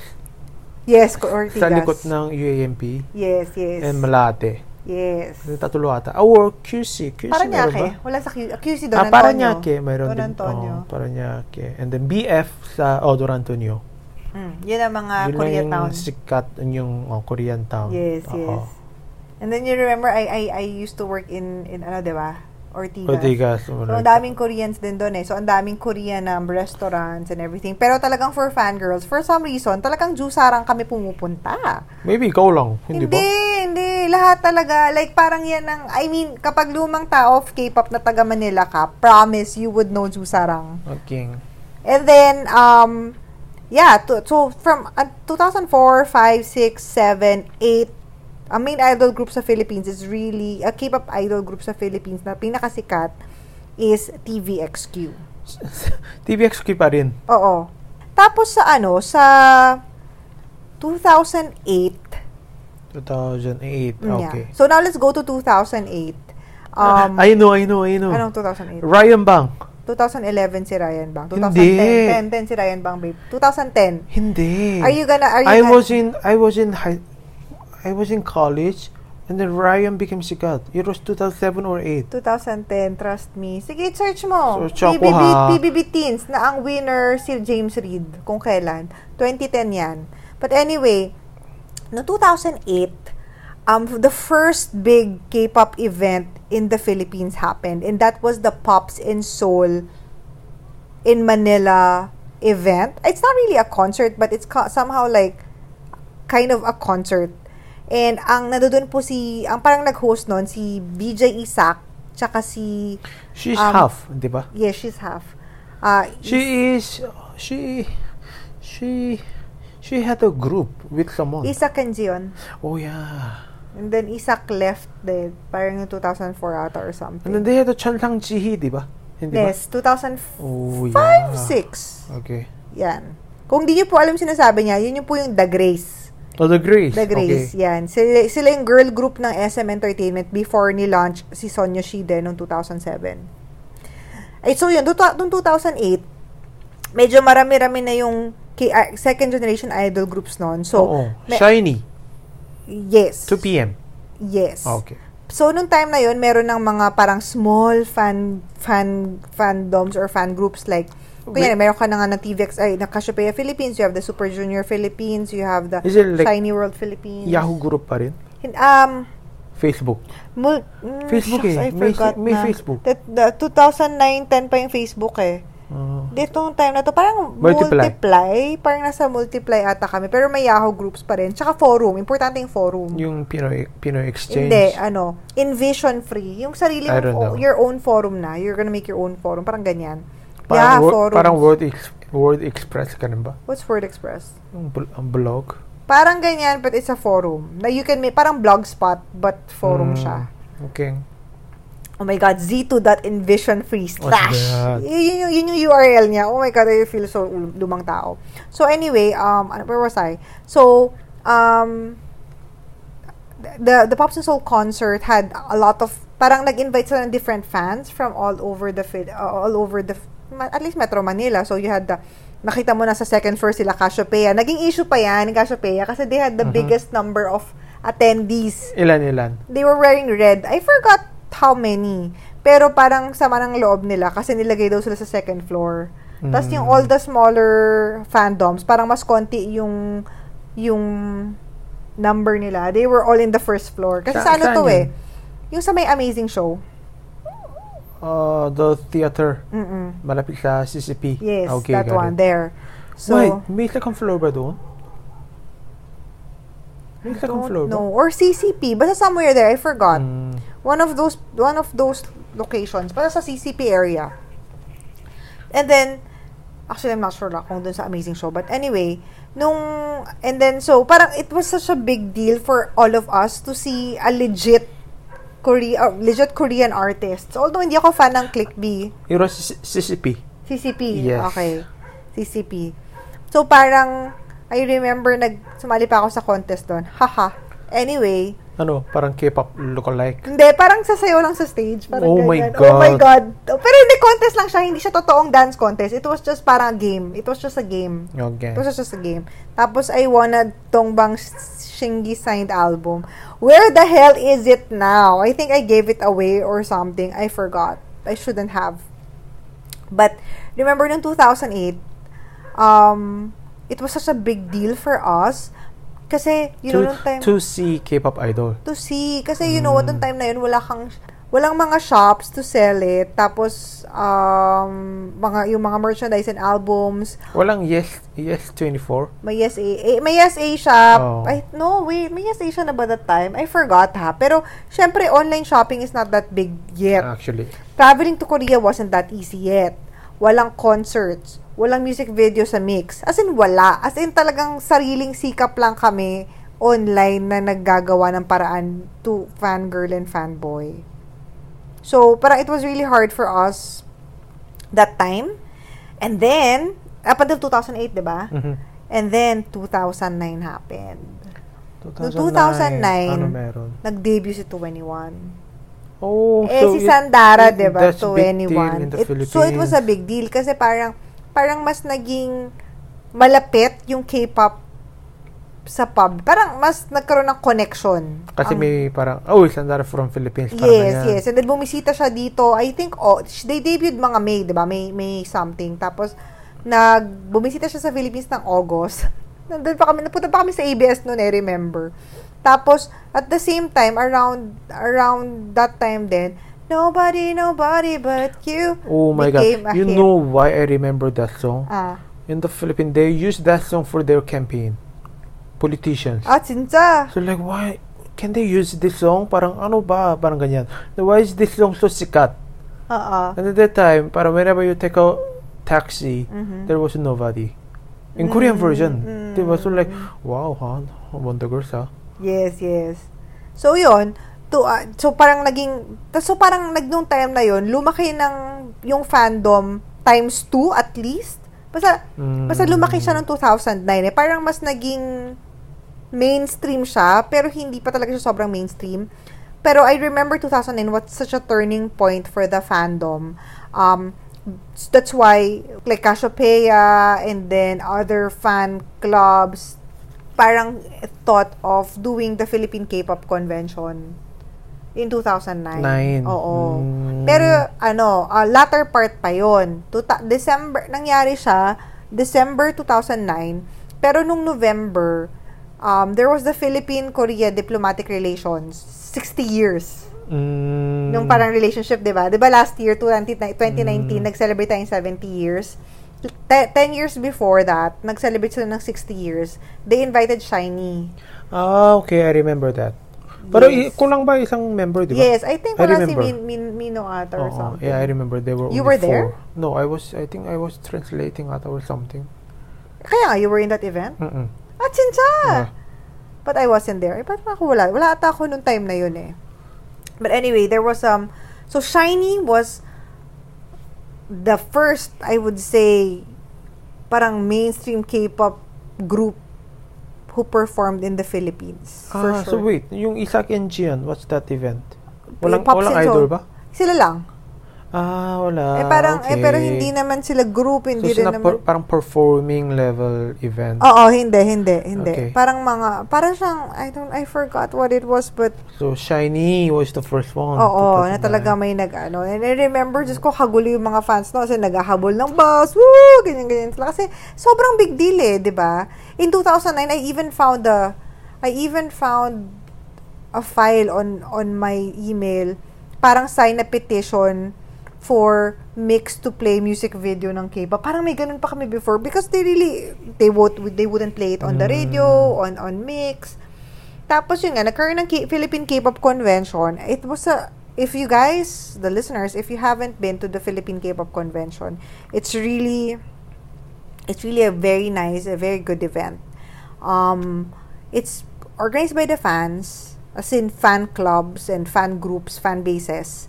Yes, ko- Ortigas. sa likod ng UAMP Yes, yes. and Ano Malate. Yes. Yung tatlo ata. Ah, Or QC. QC meron ba? Paranaque. Wala sa Q- QC doon. ah, Paranaque. Mayroon Don din. Antonio. Oh, Paranaque. And then BF sa oh, Don Antonio. Mm, yun ang mga Yun lang Korean yung town. sikat yung oh, Korean town. Yes, Oo. yes. And then you remember, I I I used to work in, in ano, di ba? Ortigas. Ortigas. So, ang daming Koreans din doon eh. So, ang daming Korean um, restaurants and everything. Pero talagang for fangirls, for some reason, talagang Jusarang kami pumupunta. Maybe ikaw lang. Hindi, Hindi, ba? hindi. Lahat talaga. Like, parang yan ang, I mean, kapag lumang tao of K-pop na taga Manila ka, promise you would know Jusarang. <laughs> Okay. And then, um, yeah, to, so from uh, 2004, 5, 6, 7, 8, ang main idol group sa Philippines is really, a K-pop idol group sa Philippines na pinakasikat is TVXQ. TVXQ pa rin. Oo. Tapos sa ano, sa 2008, 2008. mm, yeah. Okay. So now let's go to 2008. Um, <laughs> I know, I know, I know. anong 2008? Ryan Bang. 2011 si Ryan Bang. 2010, 10, Hindi. 10 si Ryan Bang, babe. 2010. Hindi. Are you gonna, are you I gonna, was in I was in high I was in college and then Ryan became sikat. It was 2007 or 8. 2010, trust me. Sige, search mo. Search ako, PBB, ha? PBB Teens na ang winner si James Reid kung kailan. 2010 yan. But anyway, no 2008, um, the first big K-pop event in the Philippines happened. And that was the Pops in Seoul in Manila event. It's not really a concert, but it's co- somehow like kind of a concert. And ang nandoon po si, ang parang nag-host noon, si BJ Isaac, tsaka si, She's Um, half, di ba? yes, she's half. Uh, She is she she she had a group with someone. Isaac and Jion. oh yeah. And then Isaac left the parang yung 2004 ata or And then something. they had a Chan Lang Ji Hee, di ba? Hindi ba? Yes, 2005, Oh yeah. 6. Okay. Yan. Kung di niyo po alam sinasabi niya, yun yung po yung The Grace. Oh, the Grace. The Grace, yan. Sila, sila yung girl group ng SM Entertainment before ni-launch si Sonia Shide noong 2007. Ay, so yun, duta- noong 2008, medyo marami-rami na yung K- ah, second generation idol groups noon. So, So, may- Oh, Shiny. yes. 2 p.m. Yes. Ah, Okay. So, nung time na yun, meron ng mga parang small fan, fan, fandoms or fan groups like, kunyari, meron ka na nga ng TVX, ay, ng Cassiopeia Philippines, you have the Super Junior Philippines, you have the Is it like Shiny World Philippines. Yahoo group pa rin? Hin- Um, Facebook. Mul- mm, Facebook shucks, eh. I May- forgot may na. Facebook. That- the 2009-10 pa yung Facebook eh. Oh. Ditong time na to, parang multiply. Multiply. Parang nasa multiply ata kami. Pero may Yahoo groups pa rin. Tsaka forum. Importante yung forum. yung Pinoy, Pinoy Exchange. Hindi, ano, invision free. Yung sarili I don't know. mong, your own forum na. You're gonna make your own forum. Parang ganyan. yeah, Parang, wo- forums. parang Word, Ex- Word Express, ganun ba? What's Word Express? Yung bl- ang blog. Parang ganyan, but it's a forum. Na you can make, parang blogspot, but forum Mm, siya. Okay. Oh my God, z2.envisionfree slash. that? Y- Yun, yung- yun yung URL niya. Oh my God, I feel so ul- lumang tao. So anyway, um, ano- where was I? So, um, the the Pops and Soul concert had a lot of, parang nag-invite sila ng different fans from all over the, Phil- uh, all over the, ma- at least Metro Manila. So you had the, nakita mo na sa second floor sila Cassiopeia. Naging issue pa yan, Cassiopeia, kasi they had the Mhm. biggest number of attendees Ilan, ilan? they were wearing red. I forgot how many. Pero parang sama ng loob nila kasi nilagay daw sila sa second floor. Tapos Mm. yung all the smaller fandoms, parang mas konti yung yung number nila. They were all in the first floor. Kasi sa Sa- ano saan to yun? eh, yung sa may amazing show. Uh, the theater. Mm-mm. Malapit sa CCP. Yes, okay, that got one It. there. So, Wait, may second floor ba doon? May second floor don't ba? know. Or CCP. Basta somewhere there, I forgot. Mm, One of those one of those locations para sa CCP area. And then actually I'm not sure lang kung dun sa amazing show but anyway, nung and then so parang it was such a big deal for all of us to see a legit Korea, uh, legit Korean artists. Although hindi ako fan ng Click B. it was C- CCP. CCP. Yes. Okay. CCP. So, parang, I remember, nag, sumali pa ako sa contest doon. Haha. Anyway, ano, parang K-pop lookalike. Hindi, parang sasayaw lang sa stage. Parang Oh my ganyan. Oh my God. God. Pero hindi contest lang siya. Hindi siya totoong dance contest. It was just parang a game. It was just a game. Okay. It was just a game. Tapos, I wanted tong bang Shingy signed album. Where the hell is it now? I think I gave it away or something. I forgot. I shouldn't have. But, remember nung 2008, um, it was such a big deal for us. Kasi, you know, to, nung time... to see K-pop idol. to see. Kasi you know what, nung time na yun, wala kang, walang mga shops to sell it. Tapos, um, mga, yung mga merchandise and albums. Walang yes, yes 24. May Yes A, eh, may Yes A shop. Oh. Ay, no, wait, may Yes A siya na ba that time? I forgot ha. Pero, syempre, online shopping is not that big yet. Actually. Traveling to Korea wasn't that easy yet. Walang concerts, walang music video sa mix. As in, wala. As in, talagang sariling sikap lang kami online na naggagawa ng paraan to fangirl and fanboy. So, parang it was really hard for us that time. And then, up until 2008, di ba? Mhm. And then, 2009 happened. 2009. 2009. Ano meron? Nag-debut si 21. Oh, Eh, so si it- Sandara, diba? it- di ba? that's To big anyone. deal in the It- so, it was a big deal kasi parang, parang mas naging malapit yung K-pop sa pub. Parang mas nagkaroon ng connection. Kasi Ang- may parang, oh, Sandara from Philippines. parang um, Yes, ganyan. yes. And then bumisita siya dito. I think, oh, sh- they debuted mga May, di ba? May, May something. Tapos, nag, bumisita siya sa Philippines ng August. <laughs> Nandun pa kami, napunta pa kami sa ABS noon, I remember. Tapos, at the same time, around, around that time then Nobody, Nobody But You Oh my became God. a You hit. know why I remember that song? Ah, In the Philippines, they use that song for their campaign. Politicians. ah sinsa. So like, why can they use this song? Parang ano ba? Parang ganyan. Then Why is this song so sikat? Oo. And at that time, parang whenever you take a taxi, Mhm. there was nobody. In Korean version. Mm. They was like, wow, huh? Wonder Girls, ah." huh? Yes, yes. So, yun. To, ah, so, parang naging... tas- So, parang nag nung time na yun, lumaki ng yung fandom times two at least. Basta, Mm. basta lumaki siya ng 2009 eh. Parang mas naging mainstream siya, pero hindi pa talaga siya sobrang mainstream. Pero I remember 2009 was such a turning point for the fandom. Um, that's why like Cassiopeia and then other fan clubs parang thought of doing the Philippine K-pop convention in 2009. Nine. Oo. Mm. Pero ano, ah, latter part pa 'yon. Tuta- December nangyari siya December 2009. Pero nung November, um, there was the Philippine-Korea diplomatic relations. 60 years. Mm. Nung parang relationship, di ba? Di ba last year, 2019, 2019 Mm. nag-celebrate tayo ng 70 years. Te- 10 years before that, nag-celebrate sila ng 60 years. They invited Shiny. Ah, okay. I remember that. Pero i- Yes. kulang ba isang member, di ba? Yes, I think I wala si remember. Min, Min, Mino ata or Oo, something. yeah, I remember. They were You only were there? four. No, I was, I think I was translating ata or something. Kaya nga, you were in that event? Mm-mm. Ah, chincha! Yeah. But I wasn't there. Eh, parang ako wala. Wala ata ako nung time na yun eh. But anyway, there was um so Shiny was the first I would say parang mainstream K-pop group who performed in the Philippines. for Ah, so sure. wait, yung Isaac and Gian, what's that event? Play Walang, pop walang sila, idol so- ba? Sila lang. Ah, wala. eh parang eh okay. pero hindi naman sila group, So, hindi rin sina- naman. Ah. per- parang performing level event. Oo, hindi, hindi, hindi. Okay. Parang mga parang siyang I don't I forgot what it was but So, Shiny was the first one. Oo, 2009. na talaga may nag-ano. And I remember, just ko, kagulo yung mga fans, no? Kasi naghahabol ng bus, woo! Ganyan-ganyan sila. Kasi sobrang big deal eh, di ba? In 2009, I even found a, I even found a file on, on my email, parang sign a petition for mix to play music video ng K-pop. Parang may ganun pa kami before because they really, they, would, they wouldn't play it on the radio, on, on mix. Tapos yun nga, nagkaroon ng K- Philippine K-pop Convention. It was a, if you guys, the listeners, if you haven't been to the Philippine K-pop Convention, it's really, it's really a very nice, a very good event. Um, it's organized by the fans, as in fan clubs and fan groups, fan bases,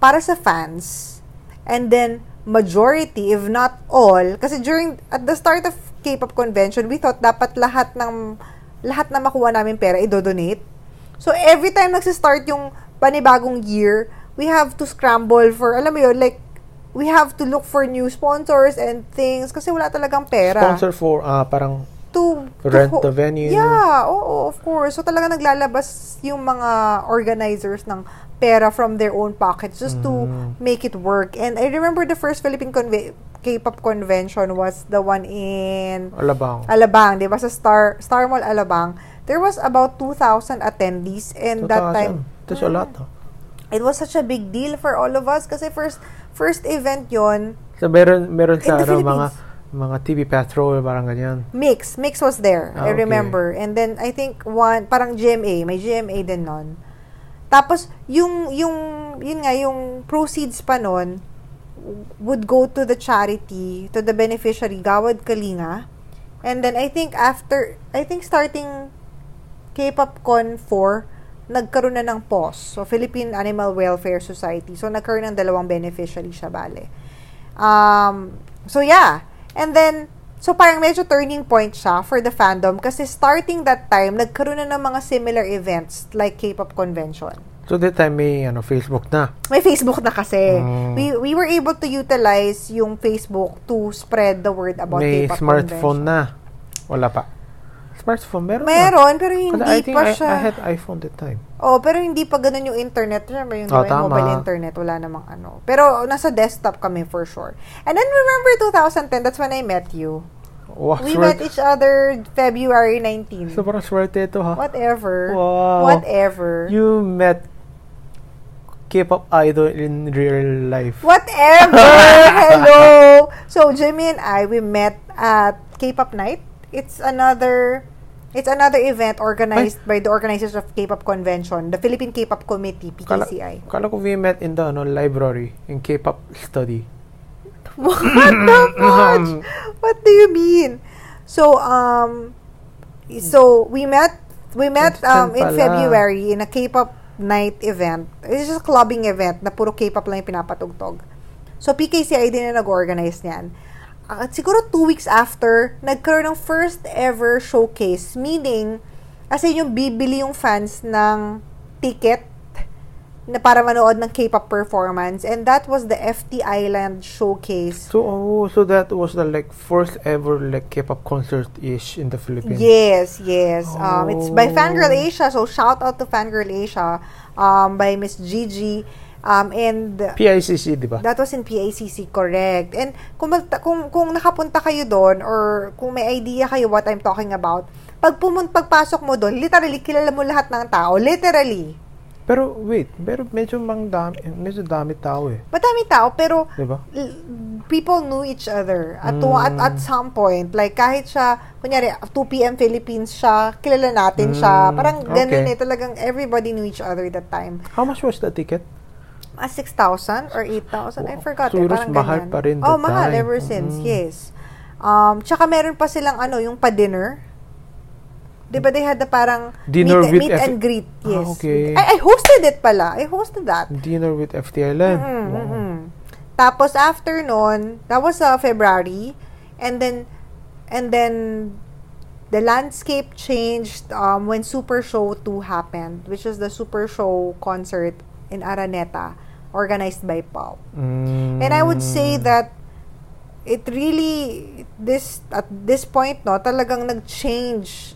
para sa fans. And then, majority, if not all, kasi during, at the start of K-pop convention, we thought dapat lahat ng, lahat na makuha namin pera, idodonate. So, every time nagsistart yung panibagong year, we have to scramble for, alam mo yun, like, we have to look for new sponsors and things kasi wala talagang pera. Sponsor for, ah, parang, to, to Rent ho- the venue. Yeah, oo, of course. So talaga naglalabas yung mga organizers ng pera from their own pockets just Mm. to make it work. And I remember the first Philippine conve- K-pop convention was the one in alabang. Alabang, 'di ba? Sa Star Star Mall Alabang. There was about 2,000 attendees and that time hmm. That's a lot. ah. it was such a big deal for all of us kasi first first event 'yon. So, meron, meron sa, In the ano, mga, Philippines. mga TV patrol, parang ganyan. Mix. Mix was there. I Ah, okay. remember. And then, I think one, parang GMA. May GMA din nun. Tapos, yung, yung, yun nga, yung proceeds pa nun, would go to the charity, to the beneficiary, Gawad Kalinga. And then, I think after, I think starting K-pop Con 4, nagkaroon na ng POS. So, Philippine Animal Welfare Society. So, nagkaroon ng dalawang beneficiary siya, bale. Um, so, yeah. And then, so parang medyo turning point siya for the fandom kasi starting that time, nagkaroon na ng mga similar events like K-pop convention. So, that time, may, ano, Facebook na. May Facebook na kasi. Mm. We, we were able to utilize yung Facebook to spread the word about may K-pop smartphone convention. na. Wala pa. Smartphone, meron na. Meron, pero hindi Kasi I think pa I, siya. I had iPhone that time. Oh, pero hindi pa ganun yung internet. Siyempre, yung Oh, diba, yung tama. mobile internet, wala namang ano. Pero nasa desktop kami for sure. And then remember 2010, that's when I met you. Wow, We met Oh, swerte. each other February 19. Sobrang swerte ito, ha? Whatever. Wow. Whatever. You met K-pop idol in real life. <laughs> Whatever! Hello! So, Jimmy and I, we met at K-pop Night. It's another it's another event organized by the organizers of K-pop Convention, the Philippine K-pop Committee, Kala, PKCI. kala ko we met in the ano, library in K-pop study. <laughs> What the fudge? What do you mean? So, um, so we met, we met um, in 2010 pala. February in a K-pop night event. It's just a clubbing event na puro K-pop lang yung pinapatugtog. So, PKCI din na nag-organize niyan. At siguro two weeks after, nagkaroon ng first ever showcase. Meaning, as in yung bibili yung fans ng ticket na para manood ng K-pop performance and that was the FT Island showcase. So, oh, so that was the like first ever like K-pop concert ish in the Philippines. Yes, yes. Um, it's by Oh. Fangirl Asia, so shout out to Fangirl Asia um, by Miss Gigi. Um, and PICC, di ba? that was in PACC, correct. And kung, magta- kung, kung nakapunta kayo doon or kung may idea kayo what I'm talking about, pag pumun pagpasok mo doon, literally, kilala mo lahat ng tao. Literally. Pero wait, pero medyo mang dami, medyo dami tao eh, Madami tao, pero di ba? l- people knew each other at, Mm. at at some point like kahit siya kunyari 2 p.m. Philippines siya kilala natin Mm, siya parang ganun okay. eh talagang everybody knew each other that time How much was the ticket? ah 6,000 or 8,000 I Wow. forgot So, eh, it was parang mahal ganyan. pa rin oh that mahal time. ever since Mm. yes um tsaka meron pa silang ano yung pa dinner 'Di ba they had the parang Dinner meet, with meet every- and greet Ah, yes okay. I, I hosted it pala I hosted that Dinner with FTLN. Mm, Wow. mm. Tapos after noon, that was uh, February, and then and then the landscape changed um, when Super Show 2 happened, which is the Super Show concert in Araneta organized by Paul. Mm. mm-hmm. And I would say that it really this at this point no talagang nag-change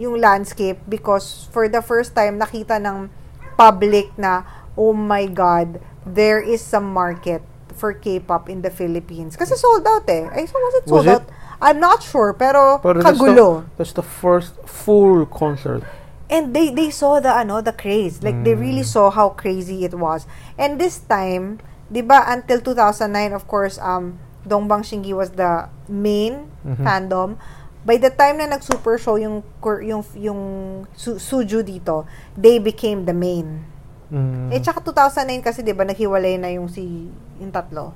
yung landscape because for the first time nakita ng public na oh my god there is some market for K-pop in the Philippines kasi sold out eh ay so was it Was sold it? out I'm not sure pero, Pero that's kagulo the, that's the first full concert. and they they saw the ano the craze like they really saw how crazy it was and this time 'di ba until 2009 of course um Dongbang Shingi was the main Mhm. fandom by the time na nag super show yung Kor- yung yung su- Suju dito they became the main Mm. eh tsaka 2009 kasi 'di ba naghiwalay na yung si yung tatlo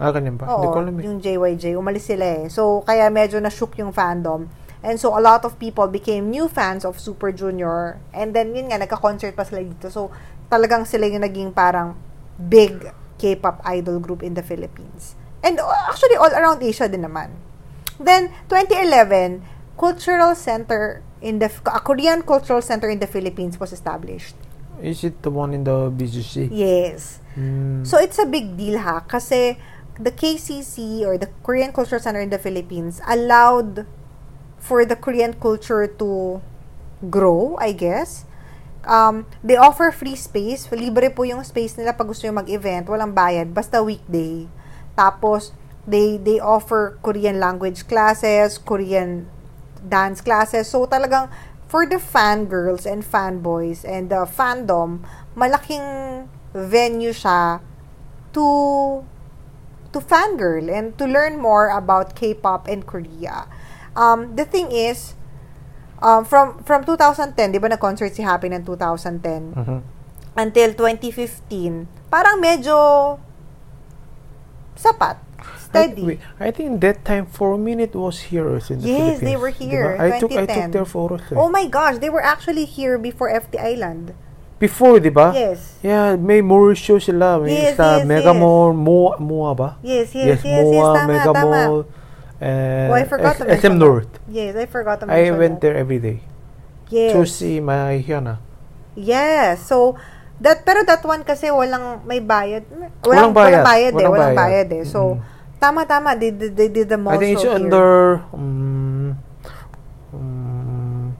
ah, ganyan ba? Hindi Oo, ko alam eh. yung JYJ, umalis sila eh. So, kaya medyo na-shook yung fandom. And so, a lot of people became new fans of Super Junior. And then, yun nga, nagka-concert pa sila dito. So, talagang sila yung naging parang big K-pop idol group in the Philippines. And uh, actually, all around Asia din naman. Then, 2011, Cultural Center in the a Korean Cultural Center in the Philippines was established. Is it the one in the BGC? Yes. Mm. So it's a big deal ha kasi the KCC or the Korean Cultural Center in the Philippines allowed for the Korean culture to grow, I guess. Um, they offer free space. Libre po yung space nila pag gusto nyo mag-event. Walang bayad. Basta weekday. Tapos, they, they offer Korean language classes, Korean dance classes. So, talagang for the fangirls and fanboys and the fandom, malaking venue siya to to fangirl and to learn more about K-pop and Korea. Um, the thing is, um, from from 2010, di ba na-concert si Happy ng 2010 Mhm. until 2015, parang medyo sapat, steady. I, wait, I think that time for a minute was here also in the Yes, Philippines. they were diba? here, I took I took 2010. their photos. eh. Oh my gosh, they were actually here before FT Island. Before, di ba? Yes. Yeah, may Mauricio sila. May Yes, sa yes, Mega yes. Mall, Moa, Moa ba? Yes, yes, yes, yes, Moa, tama, Mega tama. Mall, and Oh, I forgot to S- mention SM North. Yes, I forgot to I mention went that. there every day Yes. to see my Hyuna. Yes. So, that, pero that one kasi walang may bayad. Walang, walang Walang bayad. bayad. eh. Walang Walang bayad. bayad, eh. So, Mm. tama-tama. They, did- they did the mall I think it's show here. under um, um,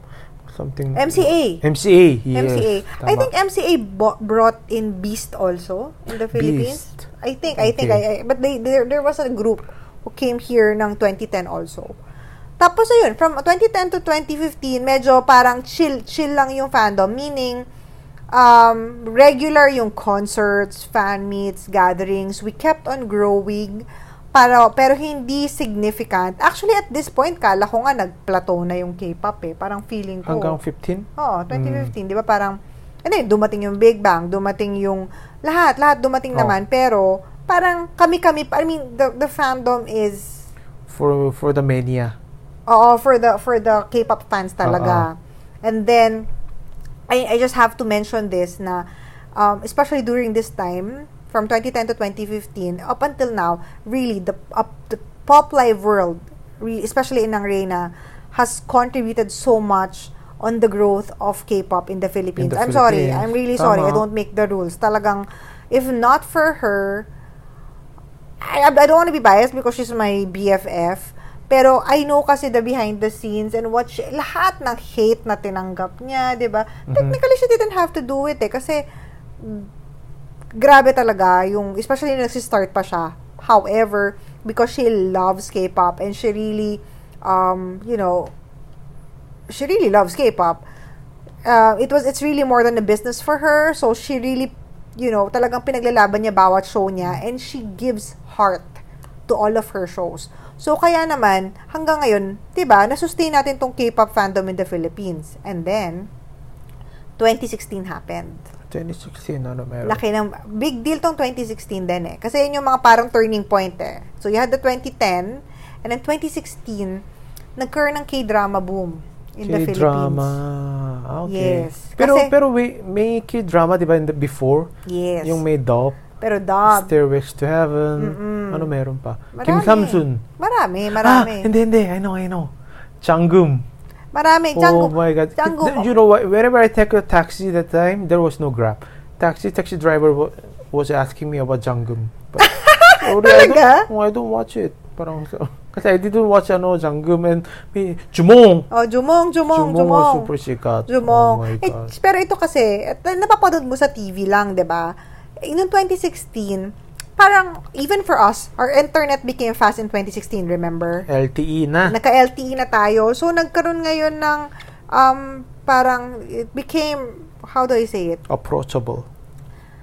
something. MCA. MCA. Yes, MCA. I tama. think MCA bo- brought in Beast also in the Philippines. Beast. I think, I think, Okay. I, I- but they, there, there was a group who came here ng 2010 also. Tapos ayun, from 2010 to 2015, medyo parang chill, chill lang yung fandom. Meaning, um, regular yung concerts, fan meets, gatherings. We kept on growing. Para, pero hindi significant. Actually, at this point, kala ko nga nag-plateau na yung K-pop eh. Parang feeling ko. hanggang 15. Oo, 2015, di ba parang, and then, dumating yung Big Bang, dumating yung lahat, lahat dumating Oo. naman, pero parang kami-kami, pa- I mean, the, the fandom is, for for the mania. oo, for the, for the K-pop fans talaga. And then, I, I just have to mention this na, um, especially during this time, from 2010 to 2015, up until now, really, the, up, the pop live world, re- especially in ang Reyna, has contributed so much on the growth of K-pop in the Philippines. I'm sorry. Philippines. I'm really Tama. sorry. I don't make the rules. Talagang, if not for her, I, I don't want to be biased because she's my BFF. Pero I know kasi the behind the scenes and what she, lahat ng hate na tinanggap niya, 'di ba? Technically she didn't have to do it eh kasi mm, grabe talaga yung especially nung nagsi-start pa siya. However, because she loves K-pop and she really um, you know, she really loves K-pop. Uh, it was it's really more than a business for her, so she really you know, talagang pinaglalaban niya bawat show niya and she gives heart to all of her shows. So kaya naman hanggang ngayon, 'di ba, nasustain natin tong K-pop fandom in the Philippines. And then 2016 happened. 2016, ano meron? Laki ng big deal tong 2016 din eh. Kasi yun yung mga parang turning point eh. So you had the 2010 and then 2016 nagkaroon ng K-drama boom in the Philippines. K-drama. Ah, okay. Yes. Pero, Kasi- pero may, may K-drama, di ba, in the- before? Yes. Yung may Dop, Pero dub. Stairways to Heaven, Mm-mm. ano meron pa? Kim Marami. Samsun. Marami, marami. Ah, hindi, hindi. I know, I know. Changgum. marami. Oh Changgum. my God. Changgum. You know what? Whenever I take a taxi that time, there was no Grab. Taxi, taxi driver wa- was asking me about Janggum. <laughs> But- Sorry, I don't- Talaga? oh, I don't watch it. Parang, <laughs> kasi I didn't watch ano, Janggum and may Jumong. Oh, jumong, jumong, Jumong was jumong. super sikat. Jumong. Oh my Eh, God. pero ito kasi, at napapanood mo sa TV lang, di ba? Eh, Noong 2016, parang, even for us, our internet became fast in 2016, remember? LTE E na. Nagka-LTE na tayo. So, nagkaroon ngayon ng, um, parang, it became, how do I say it? Approachable.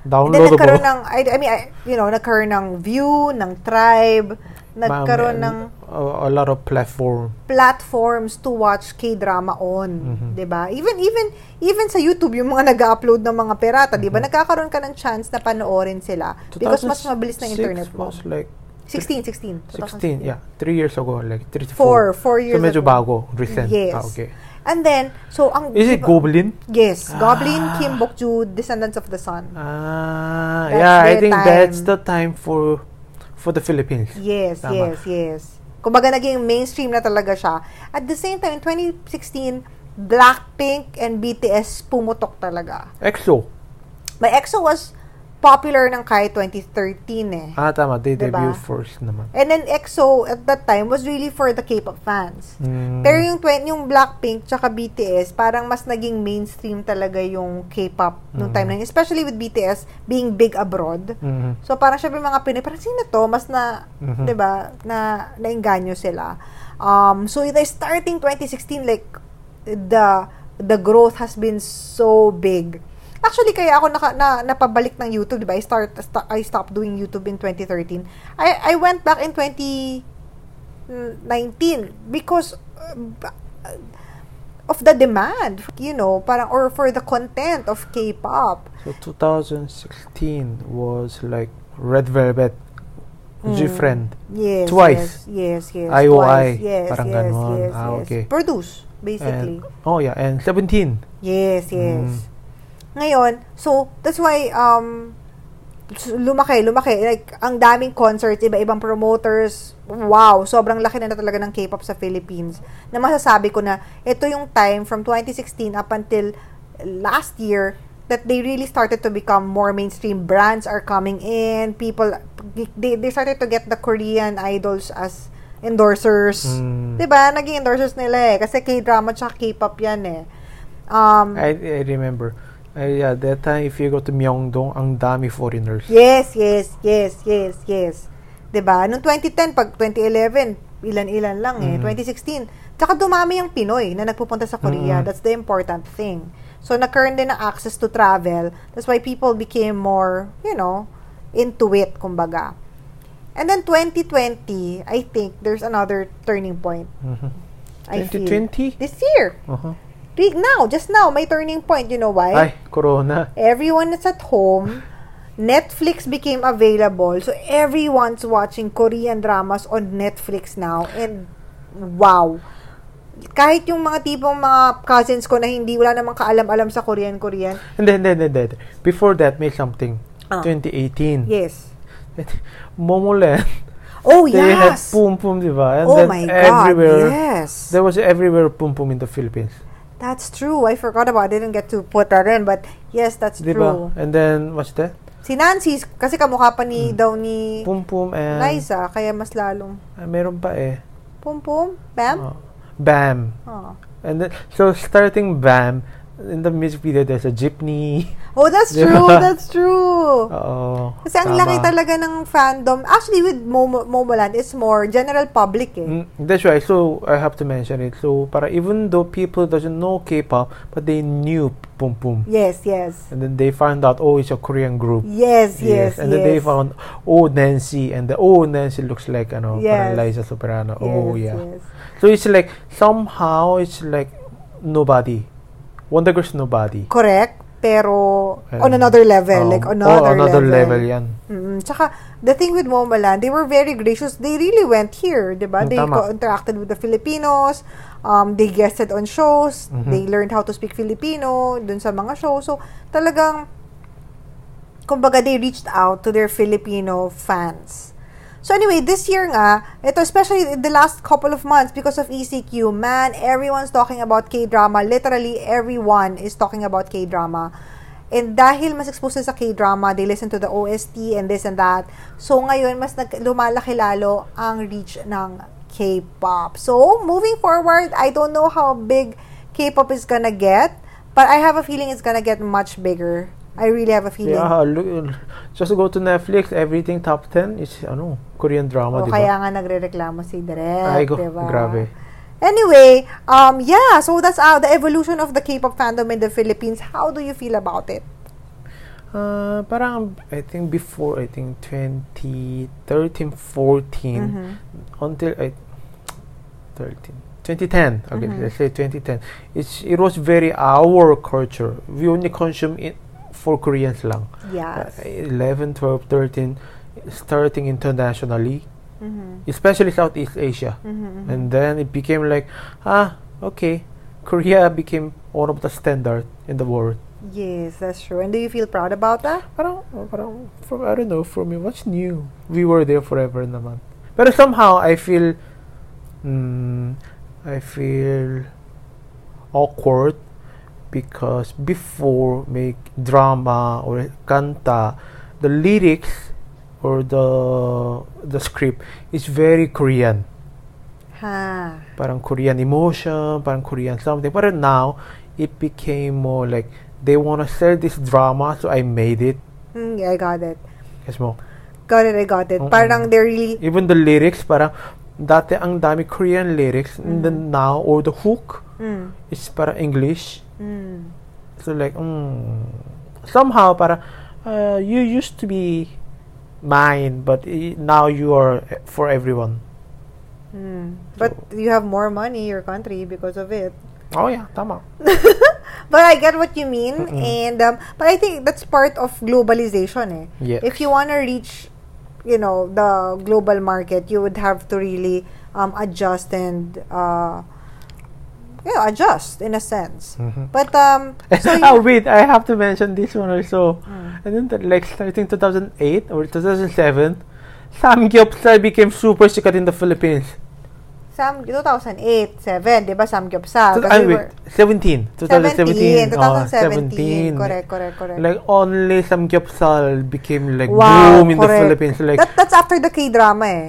Then nagkaroon Downloadable. ng, I, I mean, I- you know, nagkaroon ng view, ng tribe, nagkaroon ng uh, A, a lot of platform. platforms to watch K-drama on, Mm-hmm. 'di ba? Even even even sa YouTube yung mga nag-upload ng mga pirata, 'di Mm-hmm. ba? Nagkakaroon ka ng chance na panoorin sila because mas mabilis na 2006 internet mo. was like 16, 16. 16, yeah. 3 years ago, like 3 to 4. Four, four years So medyo ago. bago, recent. Yes. Ah, okay. And then, so ang Is it diba- Goblin? Yes, Goblin, Ah. Kim Bokju, Descendants of the Sun. Ah, That's yeah, I their think that's time. the time for for the Philippines. Yes, Tama. yes, yes. Kumbaga naging mainstream na talaga siya. At the same time, in 2016, Blackpink and BTS pumutok talaga. EXO. My EXO was popular ng kahit 2013 eh. Ah, tama. They Diba? debut first naman. And then EXO at that time was really for the K-pop fans. Mm. Pero yung, twen- yung Blackpink tsaka BTS, parang mas naging mainstream talaga yung K-pop Mm. nung time na yun. Especially with BTS being big abroad. Mhm. So parang syempre mga Pinoy, parang sino to? Mas na, Mhm. 'di ba? Na nainganyo sila. Um so the starting 2016 like the the growth has been so big. Actually kaya ako naka, na, napabalik ng YouTube, 'di ba? I start sta- I stopped doing YouTube in 2013. I I went back in 2019 because uh, ba- of the demand, you know, parang or for the content of K-pop. So 2016 was like Red Velvet, Hmm. Different. Yes. Twice. Yes, yes. yes IOI, Twice. Yes, parang yes, ganon. yes, Ah, yes. okay. Produce, basically. And, oh yeah, and 17. yes, yes. Mm. Ngayon, so, that's why, um, s- lumaki, lumaki. Like, ang daming concerts, iba-ibang promoters. Wow, sobrang laki na, na talaga ng K-pop sa Philippines. Na masasabi ko na, ito yung time from 2016 up until last year that they really started to become more mainstream. Brands are coming in. People, they, they started to get the Korean idols as endorsers. Mm. 'Di ba Diba? Naging endorsers nila eh. Kasi K-drama tsaka K-pop yan eh. Um, I, I remember. Uh, yeah, that time if you go to Myeongdong, ang dami foreigners. Yes, yes, yes, yes, yes. Diba? 'Di ba? Noong 2010 pag 2011, ilan-ilan lang eh, Mm. 2016. Tsaka dumami yung Pinoy na nagpupunta sa Korea. Mm. That's the important thing. So nagkaroon din ng access to travel. That's why people became more, you know, into it kumbaga. And then 2020, I think there's another turning point. Mhm. I feel. 2020? This year. Uh-huh. Right now, just now, may turning point. You know why? Ay, corona. everyone is at home. Netflix became available, so everyone's watching Korean dramas on Netflix now. And wow. Kahit yung mga tipong mga cousins ko na hindi wala namang kaalam-alam sa Korean-Korean. And then, then, then, then. Before that, may something. Ah. 2018. Yes. <laughs> Momoland. Oh, <laughs> They had yes. Pum Pum, di ba? And Oh then my god. everywhere, Yes. There was everywhere Pum Pum in the Philippines. That's true. I forgot about it. didn't get to put that in, but yes, that's Di true. ba? And then, what's that? Si Nancy, kasi kamukha pa Hmm. ni daw ni Pum Pum and... Liza, kaya mas lalong Ah, meron pa eh. pum pum, bam. Oh. Bam. Oh. And then, so starting Bam, in the music video, there's a jeepney. <laughs> Oh, that's Di true. ba? That's <laughs> true. Oo. Kasi ang tama. laki talaga ng fandom. Actually, with Momo, Momoland, it's more general public eh. Mm, that's right. So, I have to mention it. So, para even though people doesn't know K-pop, but they knew Pum Pum. Yes, yes. And then they found out, oh, it's a Korean group. Yes, yes, yes. And then they found, oh, Nancy. And the, oh, Nancy looks like, ano, Yes. parang Liza Soprano. oh, Yes, yeah. yes. So it's like somehow it's like nobody. Wonder Girl's nobody. Correct, pero Ayun. on another level. Um, like, another, oh, another level. level. yan. Mm, tsaka, the thing with Momoland, they were very gracious. They really went here, di ba? Mm, They tama. co- interacted with the Filipinos. Um, they guested on shows. Mhm. They learned how to speak Filipino dun sa mga show. So, talagang, kumbaga, they reached out to their Filipino fans. So anyway, this year nga, ito especially in the last couple of months because of ECQ, man, everyone's talking about K-drama. Literally everyone is talking about K-drama. And dahil mas exposed na sa K-drama, they listen to the OST and this and that. So ngayon, mas nag- lumalaki lalo ang reach ng K-pop. So moving forward, I don't know how big K-pop is gonna get, but I have a feeling it's gonna get much bigger. I really have a feeling. Yeah, look, just go to Netflix, everything top 10 is ano, Korean drama, O di kaya ba? nga nagre-reklamo si Direk, Ay, go, diba? grabe. Anyway, um, yeah, so that's uh, the evolution of the K-pop fandom in the Philippines. How do you feel about it? Uh, parang, I think before, I think 2013, 14, Mm-hmm. Mhm. until I 13 2010 okay let's say 2010 it's it was very our culture we only consume it for Koreans lang Yes. Uh, 11 12 13 starting internationally Mhm. especially Southeast Asia Mhm. and then it became like ah okay Korea became one of the standard in the world Yes, that's true. And do you feel proud about that? parang, parang for, I don't know, for me, what's new? We were there forever naman. Pero somehow, I feel, mm, I feel awkward because before make drama or kanta the lyrics or the the script is very korean Ha. parang korean emotion parang korean something but now it became more like they want to sell this drama so i made it Hmm, yeah, I got it. Yes, mo. Got it, I got it. Oo. Parang they're really... even the lyrics parang dati ang dami korean lyrics and then now or the hook Mm, is parang english mm. So like, mm, somehow para uh, you used to be mine, but i- now you are for everyone. Mm. But you have more money, your country, because of it. Oh yeah, tama. But I get what you mean, Mm-mm. and um, but I think that's part of globalization. Eh. Yes. If you want to reach, you know, the global market, you would have to really um, adjust and uh, yeah, adjust in a sense. Mhm. But <laughs> um, so Hmm. you, oh wait, I have to mention this one also. And then the, like starting 2008 or 2007, samgyeopsal became super sikat in the Philippines. Sam 2008, 7, di ba samgyupsal? So, Kasi ah, we were- wait, 17, 17, 2017. oh, 2017, correct, correct, correct. Like only samgyeopsal became like wow, boom in correct. the Philippines. Like ah, That, that's after the K-drama eh.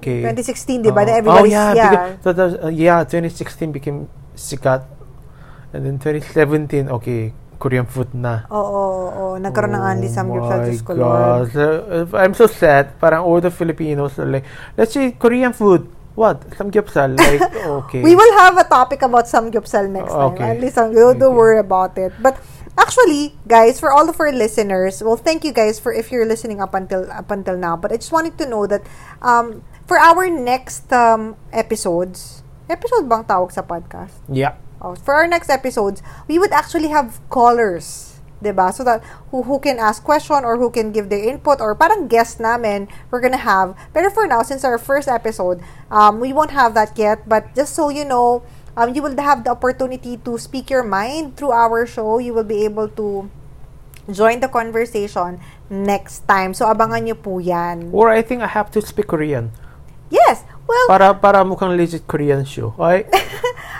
okay. 2016, di ba? Oh. Na everybody's, oh, yeah. yeah. Because, so there's- uh, yeah, 2016 became sikat. And then 2017, okay, Korean food na. Oo, oo, oo. Nagkaroon ng Anli Samgyupsal, Oh my Diyos ko God. Lord. So, if- I'm so sad. Parang all the Filipinos are like, let's eat Korean food. What? Samgyeopsal. <laughs> Like, okay. We will have a topic about Samgyupsal next time. Okay. Anli Samgyupsal, don't Okay. worry about it. But actually, guys, for all of our listeners, well, thank you guys for if you're listening up until up until now. But I just wanted to know that um, for our next um, episodes, episode bang tawag sa podcast? Yeah. Oh, for our next episodes, we would actually have callers, 'di ba? So that who who can ask question or who can give their input or parang guest namin we're gonna have. But for now, since our first episode, um, we won't have that yet. But just so you know, um, you will have the opportunity to speak your mind through our show. You will be able to join the conversation next time. So abangan niyo po 'yan. Or I think I have to speak Korean. Yes. Well, Para para mukhang legit Korean show. Okay?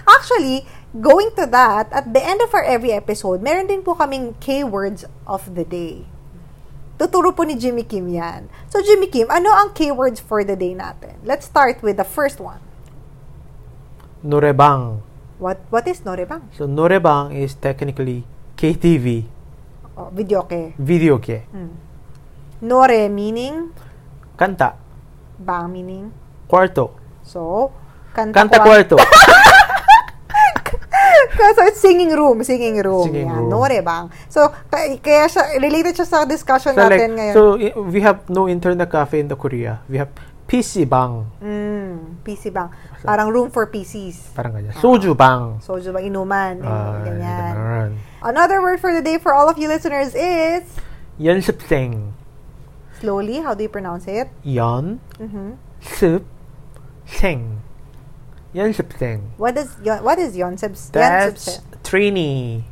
Actually, going to that, at the end of our every episode, meron din po kaming K-words of the day. Tuturo po ni Jimmy Kim yan. So, Jimmy Kim, ano ang K-words for the day natin? Let's start with the first one. Norebang. What what is norebang? So, Norebang is technically KTV, Oh, videoke. video ke, Nore meaning, kanta, bang meaning. kwarto, So, kanta, kanta kwart- kwarto. <laughs> so, it's singing room. Singing room. Singing yan. room. Norebang. So, k- kaya siya, related siya sa discussion So, like, natin ngayon. so i- we have no internet cafe in the Korea. We have PC bang. mm, PC bang. Parang room for PCs. Parang ganyan. Soju bang. Soju ba inuman? Uh, Ah, Ah. ganyan. ganun. Another word for the day for all of you listeners is Yan sip seng. slowly. How do you pronounce it? Yan Mhm. sip seng. Yan sip seng. What is yon, what is yonsep? That's trainee.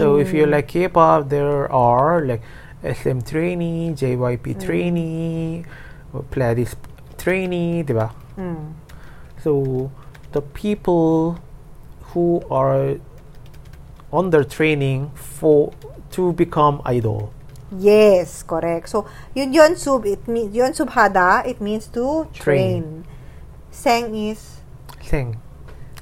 So if you like K-pop, there are like SM trainee, JYP trainee, or Pladis trainee, di ba? Mm. So the people who are under training for to become idol. Yes, correct. So yun yonsub it means yonsubhada it means to train. Train. Seng is Sing.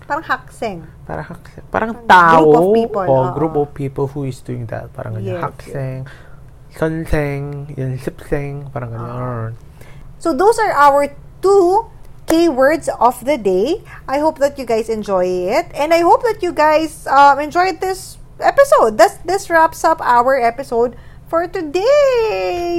parang hakseng. Parang, hak- parang tao group of people, or oo. group of people who is doing that. Parang ganyan. Yes, Hakseng, sunseng, yansipseng, parang Ah. ganyan. So those are our two keywords of the day. I hope that you guys enjoy it, and I hope that you guys um, enjoyed this episode. This this wraps up our episode for today.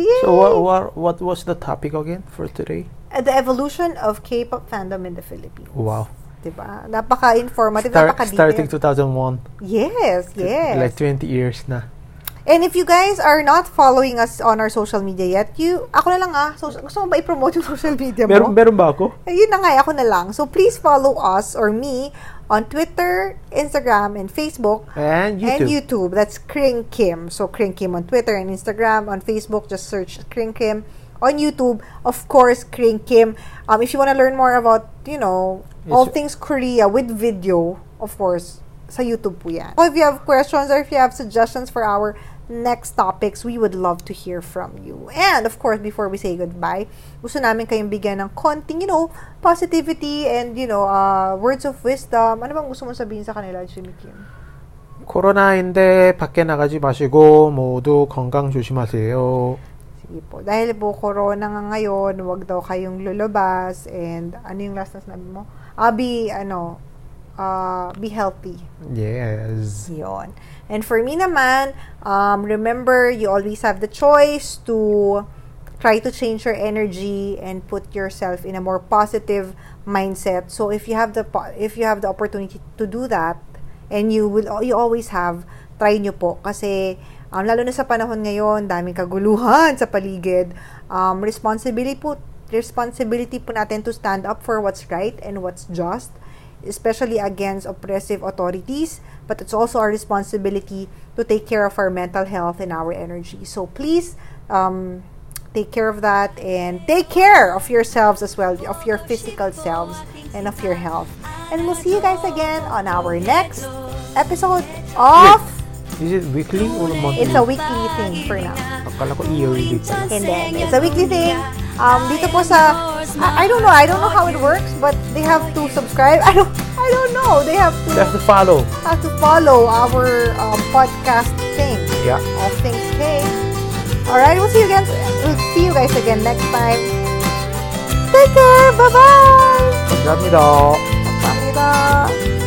Yay! So what, what, what was the topic again for today? Uh, the evolution of K-pop fandom in the Philippines. Wow. Diba? Napaka-informative, Start, napaka-detailed. starting 2001. Yes, yes. Like 20 years na. And if you guys are not following us on our social media yet, you, ako na lang ah, so, gusto mo ba i-promote yung social media mo? Meron, meron ba ako? Ayun Eh, na nga, ako na lang. So, please follow us or me on Twitter, Instagram, and Facebook. And YouTube. And YouTube. That's Kring Kim. So, Kring Kim on Twitter and Instagram. On Facebook, just search Kring Kim. On YouTube, of course, Kring Kim. Um, if you want to learn more about, you know, all Yes. things Korea with video, of course, Sa YouTube po yan. So if you have questions or if you have suggestions for our next topics, we would love to hear from you. And of course, before we say goodbye, gusto namin kayong bigyan ng konting, you know, positivity and, you know, uh, words of wisdom. Ano bang gusto mong sabihin sa kanila, Jimmy Kim? 코로나인데 밖에 나가지 마시고 모두 건강 조심하세요. Sige po. Dahil po corona nga ngayon, huwag daw kayong lulabas and ano yung last na sinabi mo? Ah, be, ano, ah, be healthy. Yes. Yun. And for me naman, um, remember, you always have the choice to try to change your energy and put yourself in a more positive mindset. So if you have the po- if you have the opportunity to do that, and you will you always have try nyo po kasi um, lalo na sa panahon ngayon, daming kaguluhan <laughs> sa paligid. Um, responsibility po responsibility po natin to stand up for what's right and what's just especially against oppressive authorities, but it's also our responsibility to take care of our mental health and our energy. So please um, take care of that and take care of yourselves as well, of your physical selves and of your health. And we'll see you guys again on our next episode of Is it weekly or monthly? It's a Weekly Thing for now. Akala ko yearly pala. And then, it's a weekly thing. Um, dito po sa, I, I don't know, I don't know how it works, but they have to subscribe. <laughs> I don't, I don't know. They have You to have to follow. have to follow our um, podcast thing, Yeah. All Things K. All right, we'll see you again. We'll see you guys again next time. Take care. Bye bye. 감사합니다. Bye bye.